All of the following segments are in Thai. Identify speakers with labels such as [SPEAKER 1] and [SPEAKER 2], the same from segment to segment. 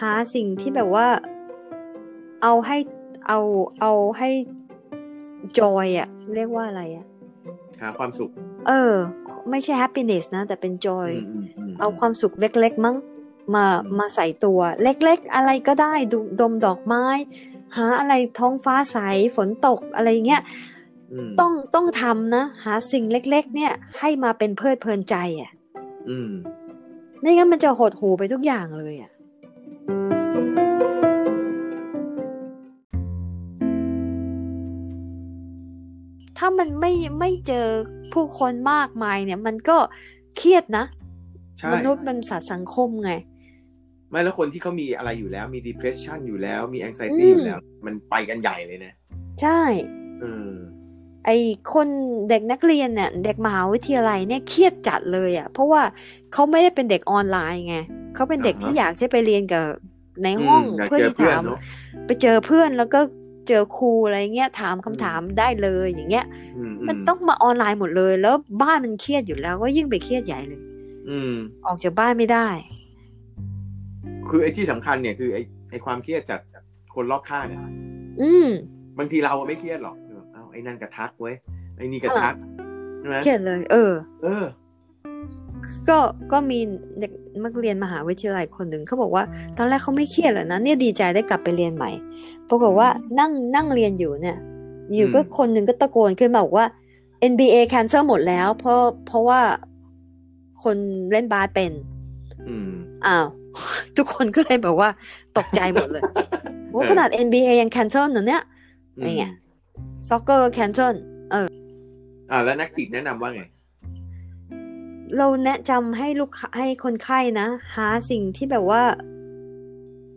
[SPEAKER 1] หาสิ่งที่แบบว่า เอาให้เอาเอาให้จอยอะเรียกว่าอะไรอะ
[SPEAKER 2] หาความสุข
[SPEAKER 1] เออ ไม่ใช่ happiness นะ แต่เป็น joy
[SPEAKER 2] มมม
[SPEAKER 1] เอาความสุขเล็ก ๆ มั้งมา
[SPEAKER 2] อืม
[SPEAKER 1] มาใส่ตัว เล็ก ๆ อะไรก็ได้ดูดมดอกไม้ หาอะไรท้องฟ้าใสฝนตกอะไรอย่างเงี้ย
[SPEAKER 2] อืม
[SPEAKER 1] ต้องต้องทำนะ หาสิ่งเล็ก ๆ เนี่ยให้มาเป็นเพลิดเพลินใจอ่ะ
[SPEAKER 2] อืม
[SPEAKER 1] ไม่งั้นมันจะหดหูไปทุกอย่างเลยอ่ะถ้ามันไม่ไม่เจอผู้คนมากมายเนี่ย มันก็เครียดนะ
[SPEAKER 2] ใช่
[SPEAKER 1] มนุษย์มันสัตว์สังคมไง
[SPEAKER 2] ไม่แล้วคนที่เขามีอะไรอยู่แล้ว มี depression อยู่แล้ว มี
[SPEAKER 1] อื
[SPEAKER 2] anxiety
[SPEAKER 1] ม
[SPEAKER 2] อยู่แล้ว มันไปกันใหญ่เลยนะ
[SPEAKER 1] ใช่
[SPEAKER 2] เออ
[SPEAKER 1] ไอคนเด็กนักเรียนเนี่ยเด็กมหาวิทยาลัยเนี่ยเครียดจัดเลยอะ่ะ เพราะว่าเขาไม่ได้เป็นเด็กออนไลน์ไงเขาเป็นเด็กที่อยากจะไปเรียนกับในห้อง
[SPEAKER 2] มยาก
[SPEAKER 1] เพื่อ
[SPEAKER 2] เจอ
[SPEAKER 1] ที่
[SPEAKER 2] เพื่อน
[SPEAKER 1] ถาม
[SPEAKER 2] เนาะ
[SPEAKER 1] ไปเจอเพื่อนแล้วก็เจอครูอะไรเงี้ยถามคำถามได้เลยอย่างเงี้ย
[SPEAKER 2] อืม
[SPEAKER 1] มันต้องมาออนไลน์หมดเลย แล้วบ้านมันเครียดอยู่แล้วก็ยิ่งไปเครียดใหญ่เลย
[SPEAKER 2] อืม
[SPEAKER 1] ออกจากบ้านไม่ได้
[SPEAKER 2] คือไอ้ที่สำคัญเนี่ยคือไอ้ไอ้ความเครียดจากคนรอบข้างอะ
[SPEAKER 1] อืม
[SPEAKER 2] บางทีเราไม่เครียดหรอกเอ้าไอ้นั่นกระทักเว้ยไอ้นี่กระทักใช่ไหม
[SPEAKER 1] เครียดเลย เออ
[SPEAKER 2] เออ
[SPEAKER 1] ก็ก็มีเด็กนักเรียนมหาวิทยาลัยคนหนึ่งเขาบอกว่า ตอนแรกเขาไม่เครียดหรอกนะเนี่ยดีใจได้กลับไปเรียนใหม่ปรากฏว่านั่งนั่งเรียนอยู่เนี่ย อยู่ก็
[SPEAKER 2] อืม
[SPEAKER 1] คนหนึ่งก็ตะโกนขึ้นมาบอกว่า NBA cancel หมดแล้ว เพราะเพราะว่าคนเล่นบาสเป็น
[SPEAKER 2] อืม
[SPEAKER 1] อ้าว ทุกคนก็เลยแบบว่าตกใจหมด เลยโอ้ขนาด NBA ยัง cancel เหรอเนี่ย ไอ้ไง ซ็อกเกอร์ cancel
[SPEAKER 2] อ่าแล้วนักจิตแนะนำว่าไง
[SPEAKER 1] เราแนะนำให้ลูกค้าให้คนไข้นะ หาสิ่งที่แบบว่า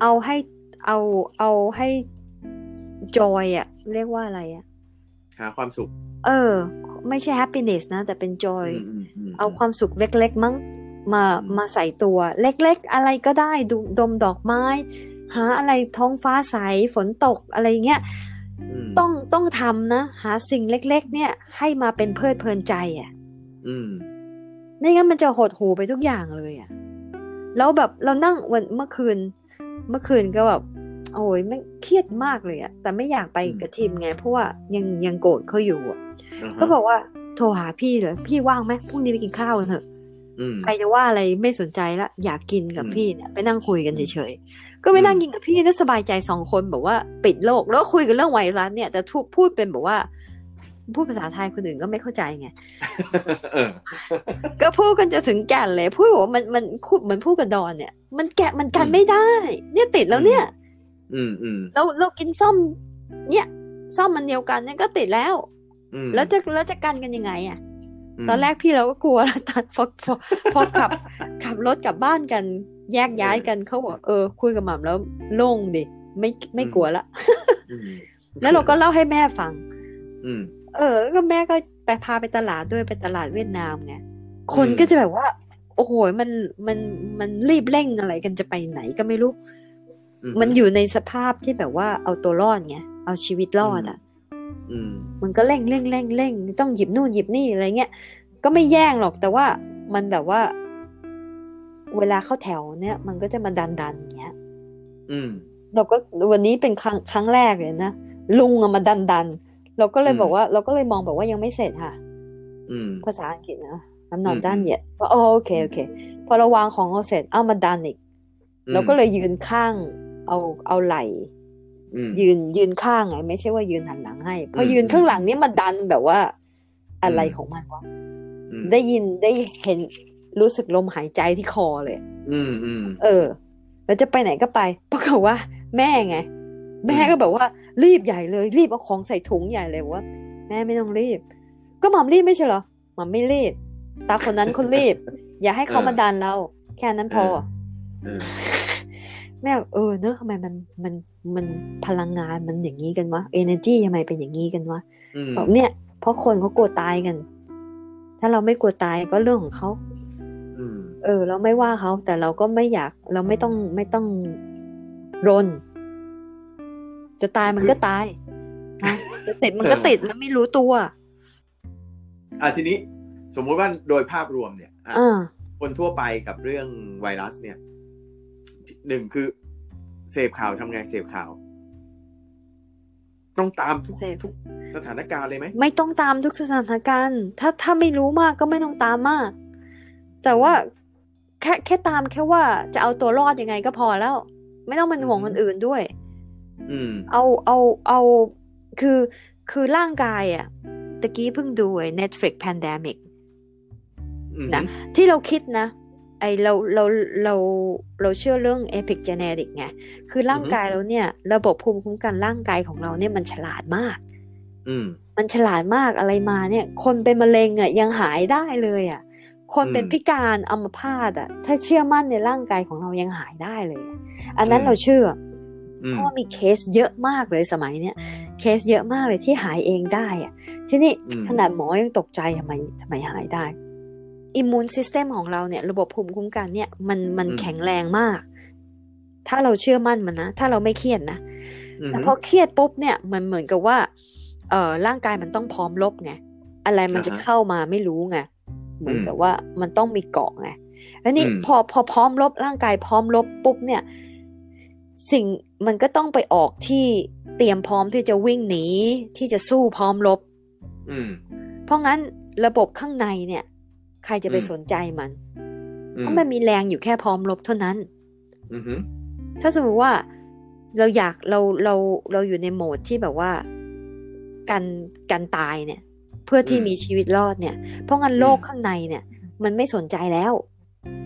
[SPEAKER 1] เอาให้เอาเอาให้จอยอะเรียกว่าอะไรอะ
[SPEAKER 2] หาความสุข
[SPEAKER 1] เออ ไม่ใช่ happiness นะ แต่เป็น joy
[SPEAKER 2] มมม
[SPEAKER 1] เอาความสุขเล็ก ๆ มั้งมา
[SPEAKER 2] อืม
[SPEAKER 1] มาใส่ตัว เล็ก ๆ อะไรก็ได้ดูดมดอกไม้ หาอะไรท้องฟ้าใสฝนตกอะไรอย่างเงี้ย
[SPEAKER 2] ม
[SPEAKER 1] ต้องต้องทำนะ หาสิ่งเล็ก ๆ เนี่ย ให้มาเป็นเพลิดเพลินใจอะ
[SPEAKER 2] อืม
[SPEAKER 1] ไม่งั้นมันจะหดหูไปทุกอย่างเลยอะแล้วแบบเรานั่งวันเมื่อคืน เมื่อคืนก็แบบโอ้ยไม่งเครียดมากเลยอะแต่ไม่อยากไป
[SPEAKER 2] อืม
[SPEAKER 1] กับทีมไง เพราะว่ายังยังโกรธเขาอยู่อะ
[SPEAKER 2] ฮะ
[SPEAKER 1] ก็บอกว่าโทรหาพี่เลยพี่ว่างไหมพรุ่งนี้ไปกินข้าวกันเถอะ
[SPEAKER 2] อืม
[SPEAKER 1] ใครจะว่าอะไรไม่สนใจละอยากกินกับ
[SPEAKER 2] อืม
[SPEAKER 1] พี่เนี่ยไปนั่งคุยกันเฉยๆก็ไปนั่ง
[SPEAKER 2] อืม
[SPEAKER 1] กินกับพี่น่าสบายใจสองคนแบบว่าปิดโลกแล้วคุยกันเรื่องไวรัสเนี่ย แต่ทุกพูดเป็นแบบว่า พูดภาษาไทยคนอื่นก็ไม่เข้าใจไง
[SPEAKER 2] เออ
[SPEAKER 1] ก็พูดกันจะถึงแก่นเลยพูดบอกว่ามันมันคุดเหมือนพูดกับดอนเนี่ย มันแกะมันกัน
[SPEAKER 2] อืม
[SPEAKER 1] ไม่ได้ เนี่ยติดแล้วเนี่ย
[SPEAKER 2] อืมอืม
[SPEAKER 1] เราเรากินส้ม เนี่ยส้มมันเดียวกันเนี่ยก็ติดแล้ว
[SPEAKER 2] อืม
[SPEAKER 1] แล้วจะแล้วจะกันกันยังไงอ่ะ
[SPEAKER 2] ม
[SPEAKER 1] ตอนแรกพี่เราก็กลัวแล้วตอน พอพอพอขับ ขับรถกลับบ้านกัน แยกย้ายกันเขาบอกเออ คุยกับหม่ำแล้วโล่งดิไม่ไม่กลัวละ
[SPEAKER 2] อืม
[SPEAKER 1] แล้วเราก็เล่าให้แม่ฟัง
[SPEAKER 2] อืม
[SPEAKER 1] เออ ก็แม่ก็ไปพาไปตลาดด้วยไปตลาดเวียดนามไง คนก็จะแบบว่า โอ้โห มัน มัน มันรีบเร่งอะไรกันจะไปไหนก็ไม่รู้ มันอยู่ในสภาพที่แบบว่าเอาตัวรอดไง เอาชีวิตรอดอ่ะ
[SPEAKER 2] อืม
[SPEAKER 1] มันก็เร่งเร่งเร่งเร่งต้องหยิบนู่นหยิบนี่อะไรเงี้ย ก็ไม่แย่งหรอกแต่ว่ามันแบบว่า เวลาเข้าแถวเนี่ย มันก็จะมาดันดันอย่างเงี้ย
[SPEAKER 2] อืม
[SPEAKER 1] เราก็วันนี้เป็นครั้งครั้งแรกเลยนะ ลุงอะมาดันดัน เราก็เลย
[SPEAKER 2] อืม
[SPEAKER 1] บอกว่า เราก็เลยมองแบบว่ายังไม่เสร็จค่ะ
[SPEAKER 2] อืม
[SPEAKER 1] ภาษาอังกฤษนะน้ำหนอม
[SPEAKER 2] อืม
[SPEAKER 1] ด้านเหยียดก็อ๋อโอเคโอเค พอเราวางของเราเสร็จเอามาดันอีก
[SPEAKER 2] อืม
[SPEAKER 1] เราก็เลยยืนข้างเอาเอาไหล
[SPEAKER 2] อืม
[SPEAKER 1] ยืนยืนข้างไงไม่ใช่ว่ายืนหันหลังให้เพอ
[SPEAKER 2] อืม
[SPEAKER 1] ยืนข้างหลังนี่มาดันแบบว่า อะไร
[SPEAKER 2] อืม
[SPEAKER 1] ของมันวะ
[SPEAKER 2] อืม
[SPEAKER 1] ได้ยินได้เห็นรู้สึกลมหายใจที่คอเลย
[SPEAKER 2] อืมอืม
[SPEAKER 1] เออแล้วจะไปไหนก็ไป ปรากฏว่า แม่ไง แม่ก็แบบว่า รีบใหญ่เลย รีบเอาของใส่ถุงใหญ่เลยบอกว่าแม่ไม่ต้องรีบ ก็หมอมรีบไม่ใช่เหรอหมอมไม่รีบ ตาคนนั้นคนรี บ อย่าให้เขา
[SPEAKER 2] เออ
[SPEAKER 1] มาดันเรา แค่นั้นพอ
[SPEAKER 2] เออ เออ
[SPEAKER 1] แม่บอกเออเนอะทำไมมันมันมันพลังงานมันอย่างนี้กันวะเอเนจีทำไมเป็นอย่างนี้กันวะ
[SPEAKER 2] อืม
[SPEAKER 1] บอกเนี่ย เพราะคนเขากลัวตายกัน ถ้าเราไม่กลัวตายก็เรื่องของเขา
[SPEAKER 2] อืม
[SPEAKER 1] เออเราไม่ว่าเขาแต่เราก็ไม่อยากเราไม่ต้องไม่ต้องรน จะตายมันก็ตายนะจะติดมันก็ติดมันไม่รู้ตัว
[SPEAKER 2] อ่ะทีนี้สมมุติว่าโดยภาพรวมเนี่ย อ่ะ
[SPEAKER 1] อ่า
[SPEAKER 2] คนทั่วไปกับเรื่องไวรัสเนี่ยหนึ่งคือเสพข่าวทำไงเสพข่าว ต้องตามทุก
[SPEAKER 1] เสพ
[SPEAKER 2] ทุกสถานการณ์เลยไหม
[SPEAKER 1] ไม่ต้องตามทุกสถานการณ์ ถ้าถ้าไม่รู้มากก็ไม่ต้องตามมาก แต่ว่าแค่แค่ตามแค่ว่าจะเอาตัวรอดยังไงก็พอแล้ว ไม่ต้องเป็นห่วงคนอื่นด้วย
[SPEAKER 2] อืม
[SPEAKER 1] เอาเอาเอาคือคือร่างกายอะตะกี้เพิ่งดูไอ้ Netflix Pandemic
[SPEAKER 2] อืม
[SPEAKER 1] นะ ที่เราคิดนะ ไอเราเราเราเราเชื่อเรื่อง epic genetic ไงคือร่างกายเราเนี่ย ระบบภูมิคุ้มกันร่างกายของเราเนี่ยมันฉลาดมาก
[SPEAKER 2] อืม
[SPEAKER 1] มันฉลาดมากอะไรมาเนี่ย คนเป็นมะเร็งอ่ะยังหายได้เลยอ่ะ คนเป็น
[SPEAKER 2] อืม
[SPEAKER 1] พิการอัมพาตอ่ะ ถ้าเชื่อมั่นในร่างกายของเรายังหายได้เลยอะอันนั้น
[SPEAKER 2] อืม
[SPEAKER 1] เราเชื่อ
[SPEAKER 2] อื
[SPEAKER 1] เพ
[SPEAKER 2] ม
[SPEAKER 1] ราะว่ามีเคสเยอะมากเลยสมัยเนี้ยเคสเยอะมากเลยที่หายเองได้อ่ะ ทีนี้
[SPEAKER 2] อืม
[SPEAKER 1] ขนาดหมอยังตกใจทำไมทำไมหายได้อิมมูนซิสเต็มของเราเนี่ย ระบบภูมิคุ้มกันเนี่ยมันมันแข็งแรงมาก ถ้าเราเชื่อมั่นมันนะถ้าเราไม่เครียดนะ แต่พอเครียดปุ๊บเนี่ยมันเหมือนกับว่าเออร่างกายมันต้องพร้อมลบไงอะไรมันจะ
[SPEAKER 2] อ่าฮะ
[SPEAKER 1] เข้ามาไม่รู้ไงเหมือน
[SPEAKER 2] อืม
[SPEAKER 1] กับว่ามันต้องมีเกาะไงแล้วนี่
[SPEAKER 2] อืม
[SPEAKER 1] พอพอพร้อมลบร่างกายพร้อมลบปุ๊บเนี่ย สิ่งมันก็ต้องไปออกที่เตรียมพร้อมที่จะวิ่งหนีที่จะสู้พร้อมลบ
[SPEAKER 2] อืม
[SPEAKER 1] เพราะงั้นระบบข้างในเนี่ย ใครจะไป
[SPEAKER 2] อืม
[SPEAKER 1] สนใจมัน
[SPEAKER 2] อื
[SPEAKER 1] เพ
[SPEAKER 2] ม
[SPEAKER 1] ราะมันมีแรงอยู่แค่พร้อมลบเท่านั้น
[SPEAKER 2] อืมอืม
[SPEAKER 1] ถ้าสมมติว่าเราอยากเราเราเราอยู่ในโหมดที่แบบว่าการการตายเนี่ย เพื่อที่มีชีวิตรอดเนี่ย เพราะงั้นโลกข้างในเนี่ย มันไม่สนใจแล้ว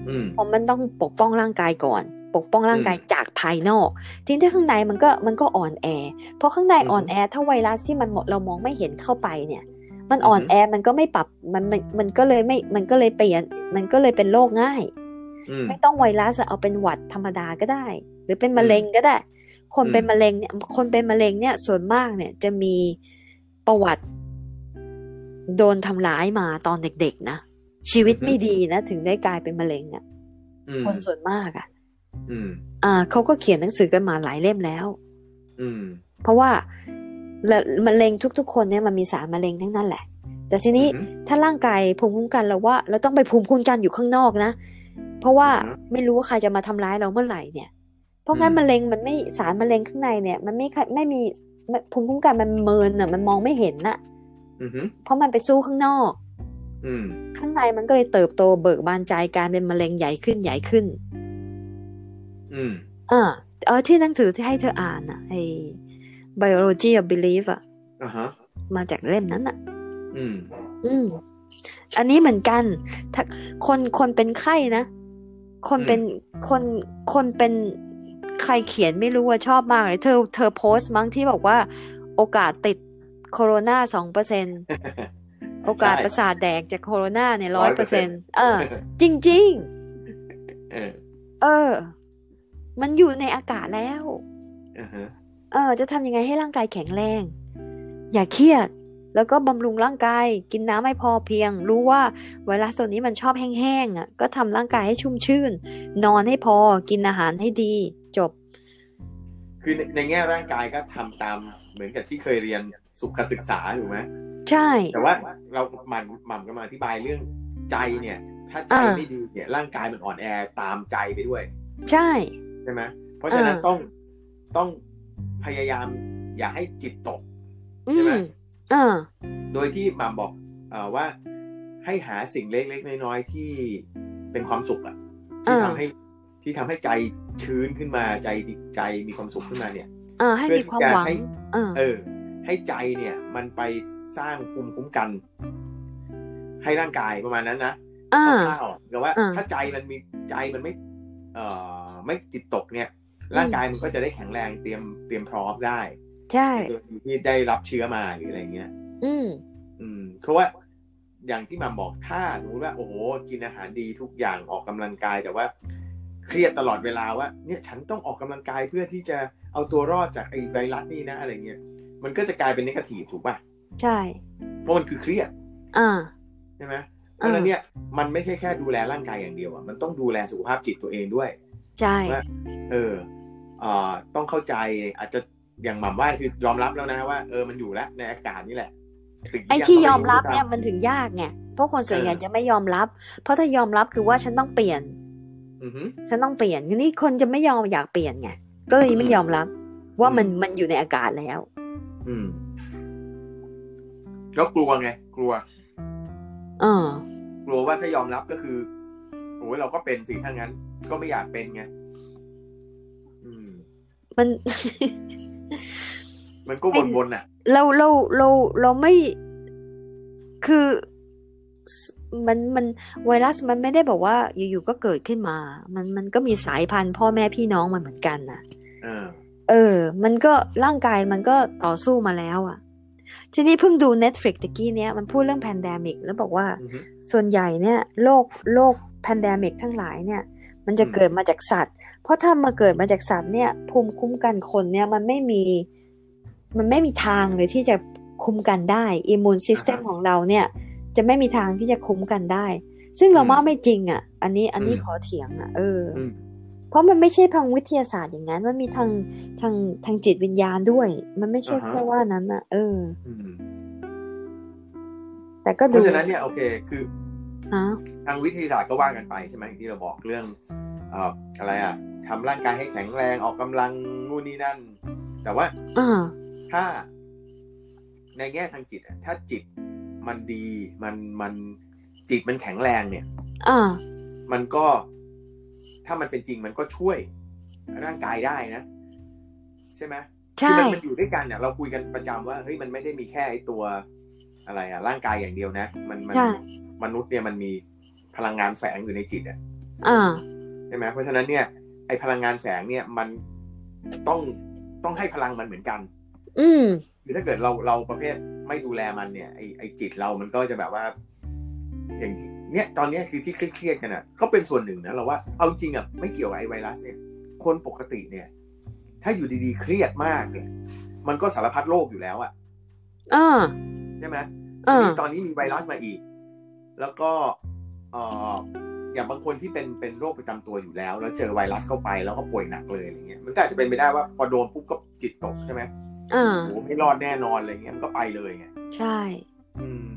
[SPEAKER 2] อืม
[SPEAKER 1] เพราะมันต้องปกป้องร่างกายก่อน ปกป้องร่างกาย
[SPEAKER 2] อืม
[SPEAKER 1] จากภายนอกทีนี้ถ้าข้างในมันก็มันก็อ่อนแอเพราะข้างใน
[SPEAKER 2] อือฮึ
[SPEAKER 1] อ่อนแอถ้าไวรัสที่มันเรามองไม่เห็นเข้าไปเนี่ย มันอ่อน
[SPEAKER 2] อือฮึ
[SPEAKER 1] แอมันก็ไม่ปรับมันมันมันก็เลยไม่มันก็เลยเปลี่ยนมันก็เลยเป็นโรคง่าย
[SPEAKER 2] อืม
[SPEAKER 1] ไม่ต้องไวรัสอะเอาเป็นหวัดธรรมดาก็ได้ หรือเป็นมะเร็งก็ได้ คน
[SPEAKER 2] อืม
[SPEAKER 1] เป็นมะเร็งเนี่ยคนเป็นมะเร็งเนี่ยส่วนมากเนี่ยจะมีประวัติ โดนทำร้ายมาตอนเด็กๆนะชีวิตไม่ดีนะ ถึงได้กลายเป็นมะเร็งอะ
[SPEAKER 2] อืม
[SPEAKER 1] คนส่วนมากอะ
[SPEAKER 2] อืม
[SPEAKER 1] อ่าเขาก็เขียนหนังสือกันมาหลายเล่มแล้ว
[SPEAKER 2] อืม
[SPEAKER 1] เพราะว่าละมะเร็งทุก ๆ คนเนี่ยมันมีสารมะเร็งทั้งนั้นแหละ แต่ทีนี้
[SPEAKER 2] อือฮึ
[SPEAKER 1] ถ้าร่างกายภูมิคุ้มกันเราว่า เราต้องไปภูมิคุ้มกันอยู่ข้างนอกนะ เพราะว่า
[SPEAKER 2] อือฮึ
[SPEAKER 1] ไม่รู้ว่าใครจะมาทำร้ายเราเมื่อไหร่เนี่ย เพราะงั้น
[SPEAKER 2] อืม
[SPEAKER 1] มะเร็งมันไม่สารมะเร็งข้างในเนี่ย มันไม่ค่อยไม่มีมันภูมิคุ้มกันมันเมินอ่ะมันมองไม่เห็นน่ะ
[SPEAKER 2] อืมอืม
[SPEAKER 1] เพราะมันไปสู้ข้างนอก
[SPEAKER 2] อืม
[SPEAKER 1] ข้างในมันก็เลยเติบโตเบิกบานใจกลายเป็นมะเร็งใหญ่ขึ้นใหญ่ขึ้น
[SPEAKER 2] อืม
[SPEAKER 1] อ่าเออที่หนังสือที่ให้เธออ่านอ่ะไอ้ biology of belief อ่ะ
[SPEAKER 2] อ่าฮะ
[SPEAKER 1] มาจากเล่มนั้นอ่ะ
[SPEAKER 2] อืม
[SPEAKER 1] อืม อันนี้เหมือนกัน ถ้าคนคนเป็นไข้นะ คนเป็นคนคนเป็นใครเขียนไม่รู้ว่าชอบมากเลยเธอเธอโพสต์มั้งที่บอกว่า โอกาสติดโคโรนาสองเปอร์เซ็นโอกาส
[SPEAKER 2] ใช่
[SPEAKER 1] ประสาทแดกจากโคโรนาเนี่ยร้อยเปอร์เซ็น
[SPEAKER 2] 100%
[SPEAKER 1] เออ จริงจริง
[SPEAKER 2] เออ
[SPEAKER 1] ๆ เออ มันอยู่ในอากาศแล้ว
[SPEAKER 2] อ่าฮะ
[SPEAKER 1] เออจะทำยังไงให้ร่างกายแข็งแรง อย่าเครียด แล้วก็บำรุงร่างกาย กินน้ำให้พอเพียง รู้ว่าไวรัสตัวนี้มันชอบแห้งๆอ่ะ ก็ทำร่างกายให้ชุ่มชื่น นอนให้พอ กินอาหารให้ดี จบ
[SPEAKER 2] คือในในแง่ร่างกายก็ทำตามเหมือนกับที่เคยเรียนสุขศึกษาถูกไหม
[SPEAKER 1] ใช่
[SPEAKER 2] แต่ว่าเราหมันหม่ำกันมาอธิบายเรื่องใจเนี่ย ถ้าใจ
[SPEAKER 1] อ่า
[SPEAKER 2] ไม่ดีเนี่ยร่างกายมันอ่อนแอตามใจไปด้วย
[SPEAKER 1] ใช่
[SPEAKER 2] ใช่ไหมเพราะฉะนั้น
[SPEAKER 1] อ่า
[SPEAKER 2] ต้องต้องพยายามอย่าให้จิตตก
[SPEAKER 1] อื
[SPEAKER 2] ใช่ไหม
[SPEAKER 1] มอ่า
[SPEAKER 2] โดยที่หม่ำบอกเอ่อว่าให้หาสิ่งเล็กๆน้อยๆที่เป็นความสุขอะที่
[SPEAKER 1] อ่า
[SPEAKER 2] ทำให้ที่ทำให้ใจชื้นขึ้นมาใจดีใจมีความสุขขึ้นมาเนี่ย
[SPEAKER 1] อ่าให้มีความหวัง
[SPEAKER 2] เพื่อที่จะ
[SPEAKER 1] อ่า
[SPEAKER 2] เออ ให้ใจเนี่ย มันไปสร้างภูมิคุ้มกัน ให้ร่างกายประมาณนั้นนะ
[SPEAKER 1] อ่า
[SPEAKER 2] คร่าวๆแต่ว่า
[SPEAKER 1] อ่า
[SPEAKER 2] ถ้าใจมันมีใจมันไม่ เอ่อ ไม่ติดตกเนี่ย ร่าง
[SPEAKER 1] อืม
[SPEAKER 2] กายมันก็จะได้แข็งแรงเตรียมเตรียมพร้อมได้
[SPEAKER 1] ใช่
[SPEAKER 2] โดยที่ได้รับเชื้อมาหรืออะไรเงี้ย
[SPEAKER 1] อืม
[SPEAKER 2] อืมเพราะว่าอย่างที่หมาบอกถ้าสมมติว่า โอ้โหกินอาหารดีทุกอย่างออกกำลังกาย แต่ว่า เครียดตลอดเวลาว่า เนี่ยฉันต้องออกกำลังกายเพื่อที่จะเอาตัวรอดจากไอ้ไวรัสนี่นะอะไรเงี้ยมันก็จะกลายเป็นนกาทีฟถูกป่ะ
[SPEAKER 1] ใช่
[SPEAKER 2] เพราะมันคือเครียด
[SPEAKER 1] อ่า
[SPEAKER 2] ใช่ไหมเพราะฉะนั้นเนี่ยมันไม่ใช่แค่ดูแลร่างกายอย่างเดียวอ่ะมันต้องดูแลสุขภาพจิตตัวเองด้วย
[SPEAKER 1] ใช่
[SPEAKER 2] ว่า เออเอ่อต้องเข้าใจอาจจะอย่างหม่ำว่าคือยอมรับแล้วนะว่าเออมันอยู่แล้วในอากาศนี่แหละ ตึก
[SPEAKER 1] ไอ้ที่ยอมรับเนี่ยมันถึงยากไงเพราะคนส่วนใหญ่จะไม่ยอมรับ เพราะถ้ายอมรับคือว่าฉันต้องเปลี่ยน
[SPEAKER 2] อือฮึ
[SPEAKER 1] ฉันต้องเปลี่ยนทีนี้คนจะไม่ยอมอยากเปลี่ยนไงก็เลยไม่ยอมรับ ว่ามัน
[SPEAKER 2] อืม
[SPEAKER 1] มันอยู่ในอากาศแล้ว
[SPEAKER 2] อืม แล้วกลัวไง กลัว
[SPEAKER 1] เออก
[SPEAKER 2] ลัวว่าถ้ายอมรับก็คือโอ้ยเราก็เป็นสิถ้างั้น ก็ไม่อยากเป็นไงอืม
[SPEAKER 1] มัน
[SPEAKER 2] มันก็วนๆน่ะ
[SPEAKER 1] เราเราเราเราไม่คือสมันมันไวรัสมันไม่ได้แบบว่าอยู่ๆก็เกิดขึ้นมา มันมันก็มีสายพันธุ์พ่อแม่พี่น้องมันเหมือนกันนะ
[SPEAKER 2] เออ
[SPEAKER 1] เออ มันก็ร่างกายมันก็ต่อสู้มาแล้วอะทีนี้เพิ่งดู Netflix ตะกี้เนี้ยมันพูดเรื่องแพนเดมิกแล้วบอกว่า
[SPEAKER 2] อือฮึ
[SPEAKER 1] ส่วนใหญ่เนี่ยโรคโรคแพนเดมิกทั้งหลายเนี่ย มันจะ
[SPEAKER 2] อืม
[SPEAKER 1] เกิดมาจากสัตว์ เพราะถ้ามาเกิดมาจากสัตว์เนี่ย ภูมิคุ้มกันคนเนี่ยมันไม่มี มันไม่มีทางเลยที่จะคุ้มกันได้อิมมูนซิสเต็มของเราเนี่ย จะไม่มีทางที่จะคุ้มกันได้ ซึ่งเราว่าไม่จริงอ่ะ อันนี้อันนี้ขอเถียงอ่ะเอออ
[SPEAKER 2] อืม
[SPEAKER 1] เพราะมันไม่ใช่ทางวิทยาศาสตร์อย่างนั้น มันมีทางทางทางจิตวิญญาณด้วย มันไม่ใช่
[SPEAKER 2] อ่าฮะ
[SPEAKER 1] แค่ว่านั้นอ่ะ เออ
[SPEAKER 2] อืม
[SPEAKER 1] แต่ก็
[SPEAKER 2] เพ
[SPEAKER 1] ดู
[SPEAKER 2] ราะฉะนั้นเนี่ยโอเค คือ
[SPEAKER 1] ฮะ
[SPEAKER 2] ทางวิทยาศาสตร์ก็ว่ากันไปใช่ไหมอย่างที่เราบอกเรื่องเอ่ออะไรอ่ะทำร่างกายให้แข็งแรงออกกำลังนู่นนี่นั่น แต่ว่า
[SPEAKER 1] อ่า
[SPEAKER 2] ถ้าในแง่ทางจิตอะถ้าจิตมันดีมันมันจิตมันแข็งแรงเนี่ย
[SPEAKER 1] อ่า
[SPEAKER 2] มันก็ ถ้ามันเป็นจริงมันก็ช่วยร่างกายได้นะ ใช่ไหม
[SPEAKER 1] ใช่
[SPEAKER 2] คือมันมันอยู่ด้วยกันเนี่ยเราคุยกันประจำว่าเฮ้ยมันไม่ได้มีแค่ไอ้ตัวอะไรอะร่างกายอย่างเดียวนะ มันมัน
[SPEAKER 1] ใช่
[SPEAKER 2] มนุษย์เนี่ยมันมีพลังงานแฝงอยู่ในจิตอะ
[SPEAKER 1] อ่า
[SPEAKER 2] ใช่ไหมเพราะฉะนั้นเนี่ยไอพลังงานแฝงเนี่ยมันต้องต้องให้พลังมันเหมือนกัน
[SPEAKER 1] อืม
[SPEAKER 2] คือถ้าเกิดเราเราประเภทไม่ดูแลมันเนี่ยไอไอจิตเรามันก็จะแบบว่า อย่างที่เนี่ยตอนเนี้ยคือที่เครียดๆกันอะก็เป็นส่วนหนึ่งนะเราว่าเอาจริงอะไม่เกี่ยวกับไอไวรัสเนี่ยคนปกติเนี่ย ถ้าอยู่ดีๆเครียดมากเนี่ยมันก็สารพัดโรคอยู่แล้วอะ
[SPEAKER 1] อ่า
[SPEAKER 2] ใช่ไหม
[SPEAKER 1] อ่า
[SPEAKER 2] ทีนี้ตอนนี้มีไวรัสมาอีก แล้วก็เอ่ออย่างบางคนที่เป็นเป็นโรคประจำตัวอยู่แล้ว แล้วเจอไวรัสเข้าไปแล้วก็ป่วยหนักเลยอะไรเงี้ย มันก็อาจจะเป็นไปได้ว่าพอโดนปุ๊บก็จิตตกใช่ไหม
[SPEAKER 1] อ่า
[SPEAKER 2] โอ้โหไม่รอดแน่นอนอะไรเงี้ยมันก็ไปเลยไง
[SPEAKER 1] ใช่
[SPEAKER 2] อืม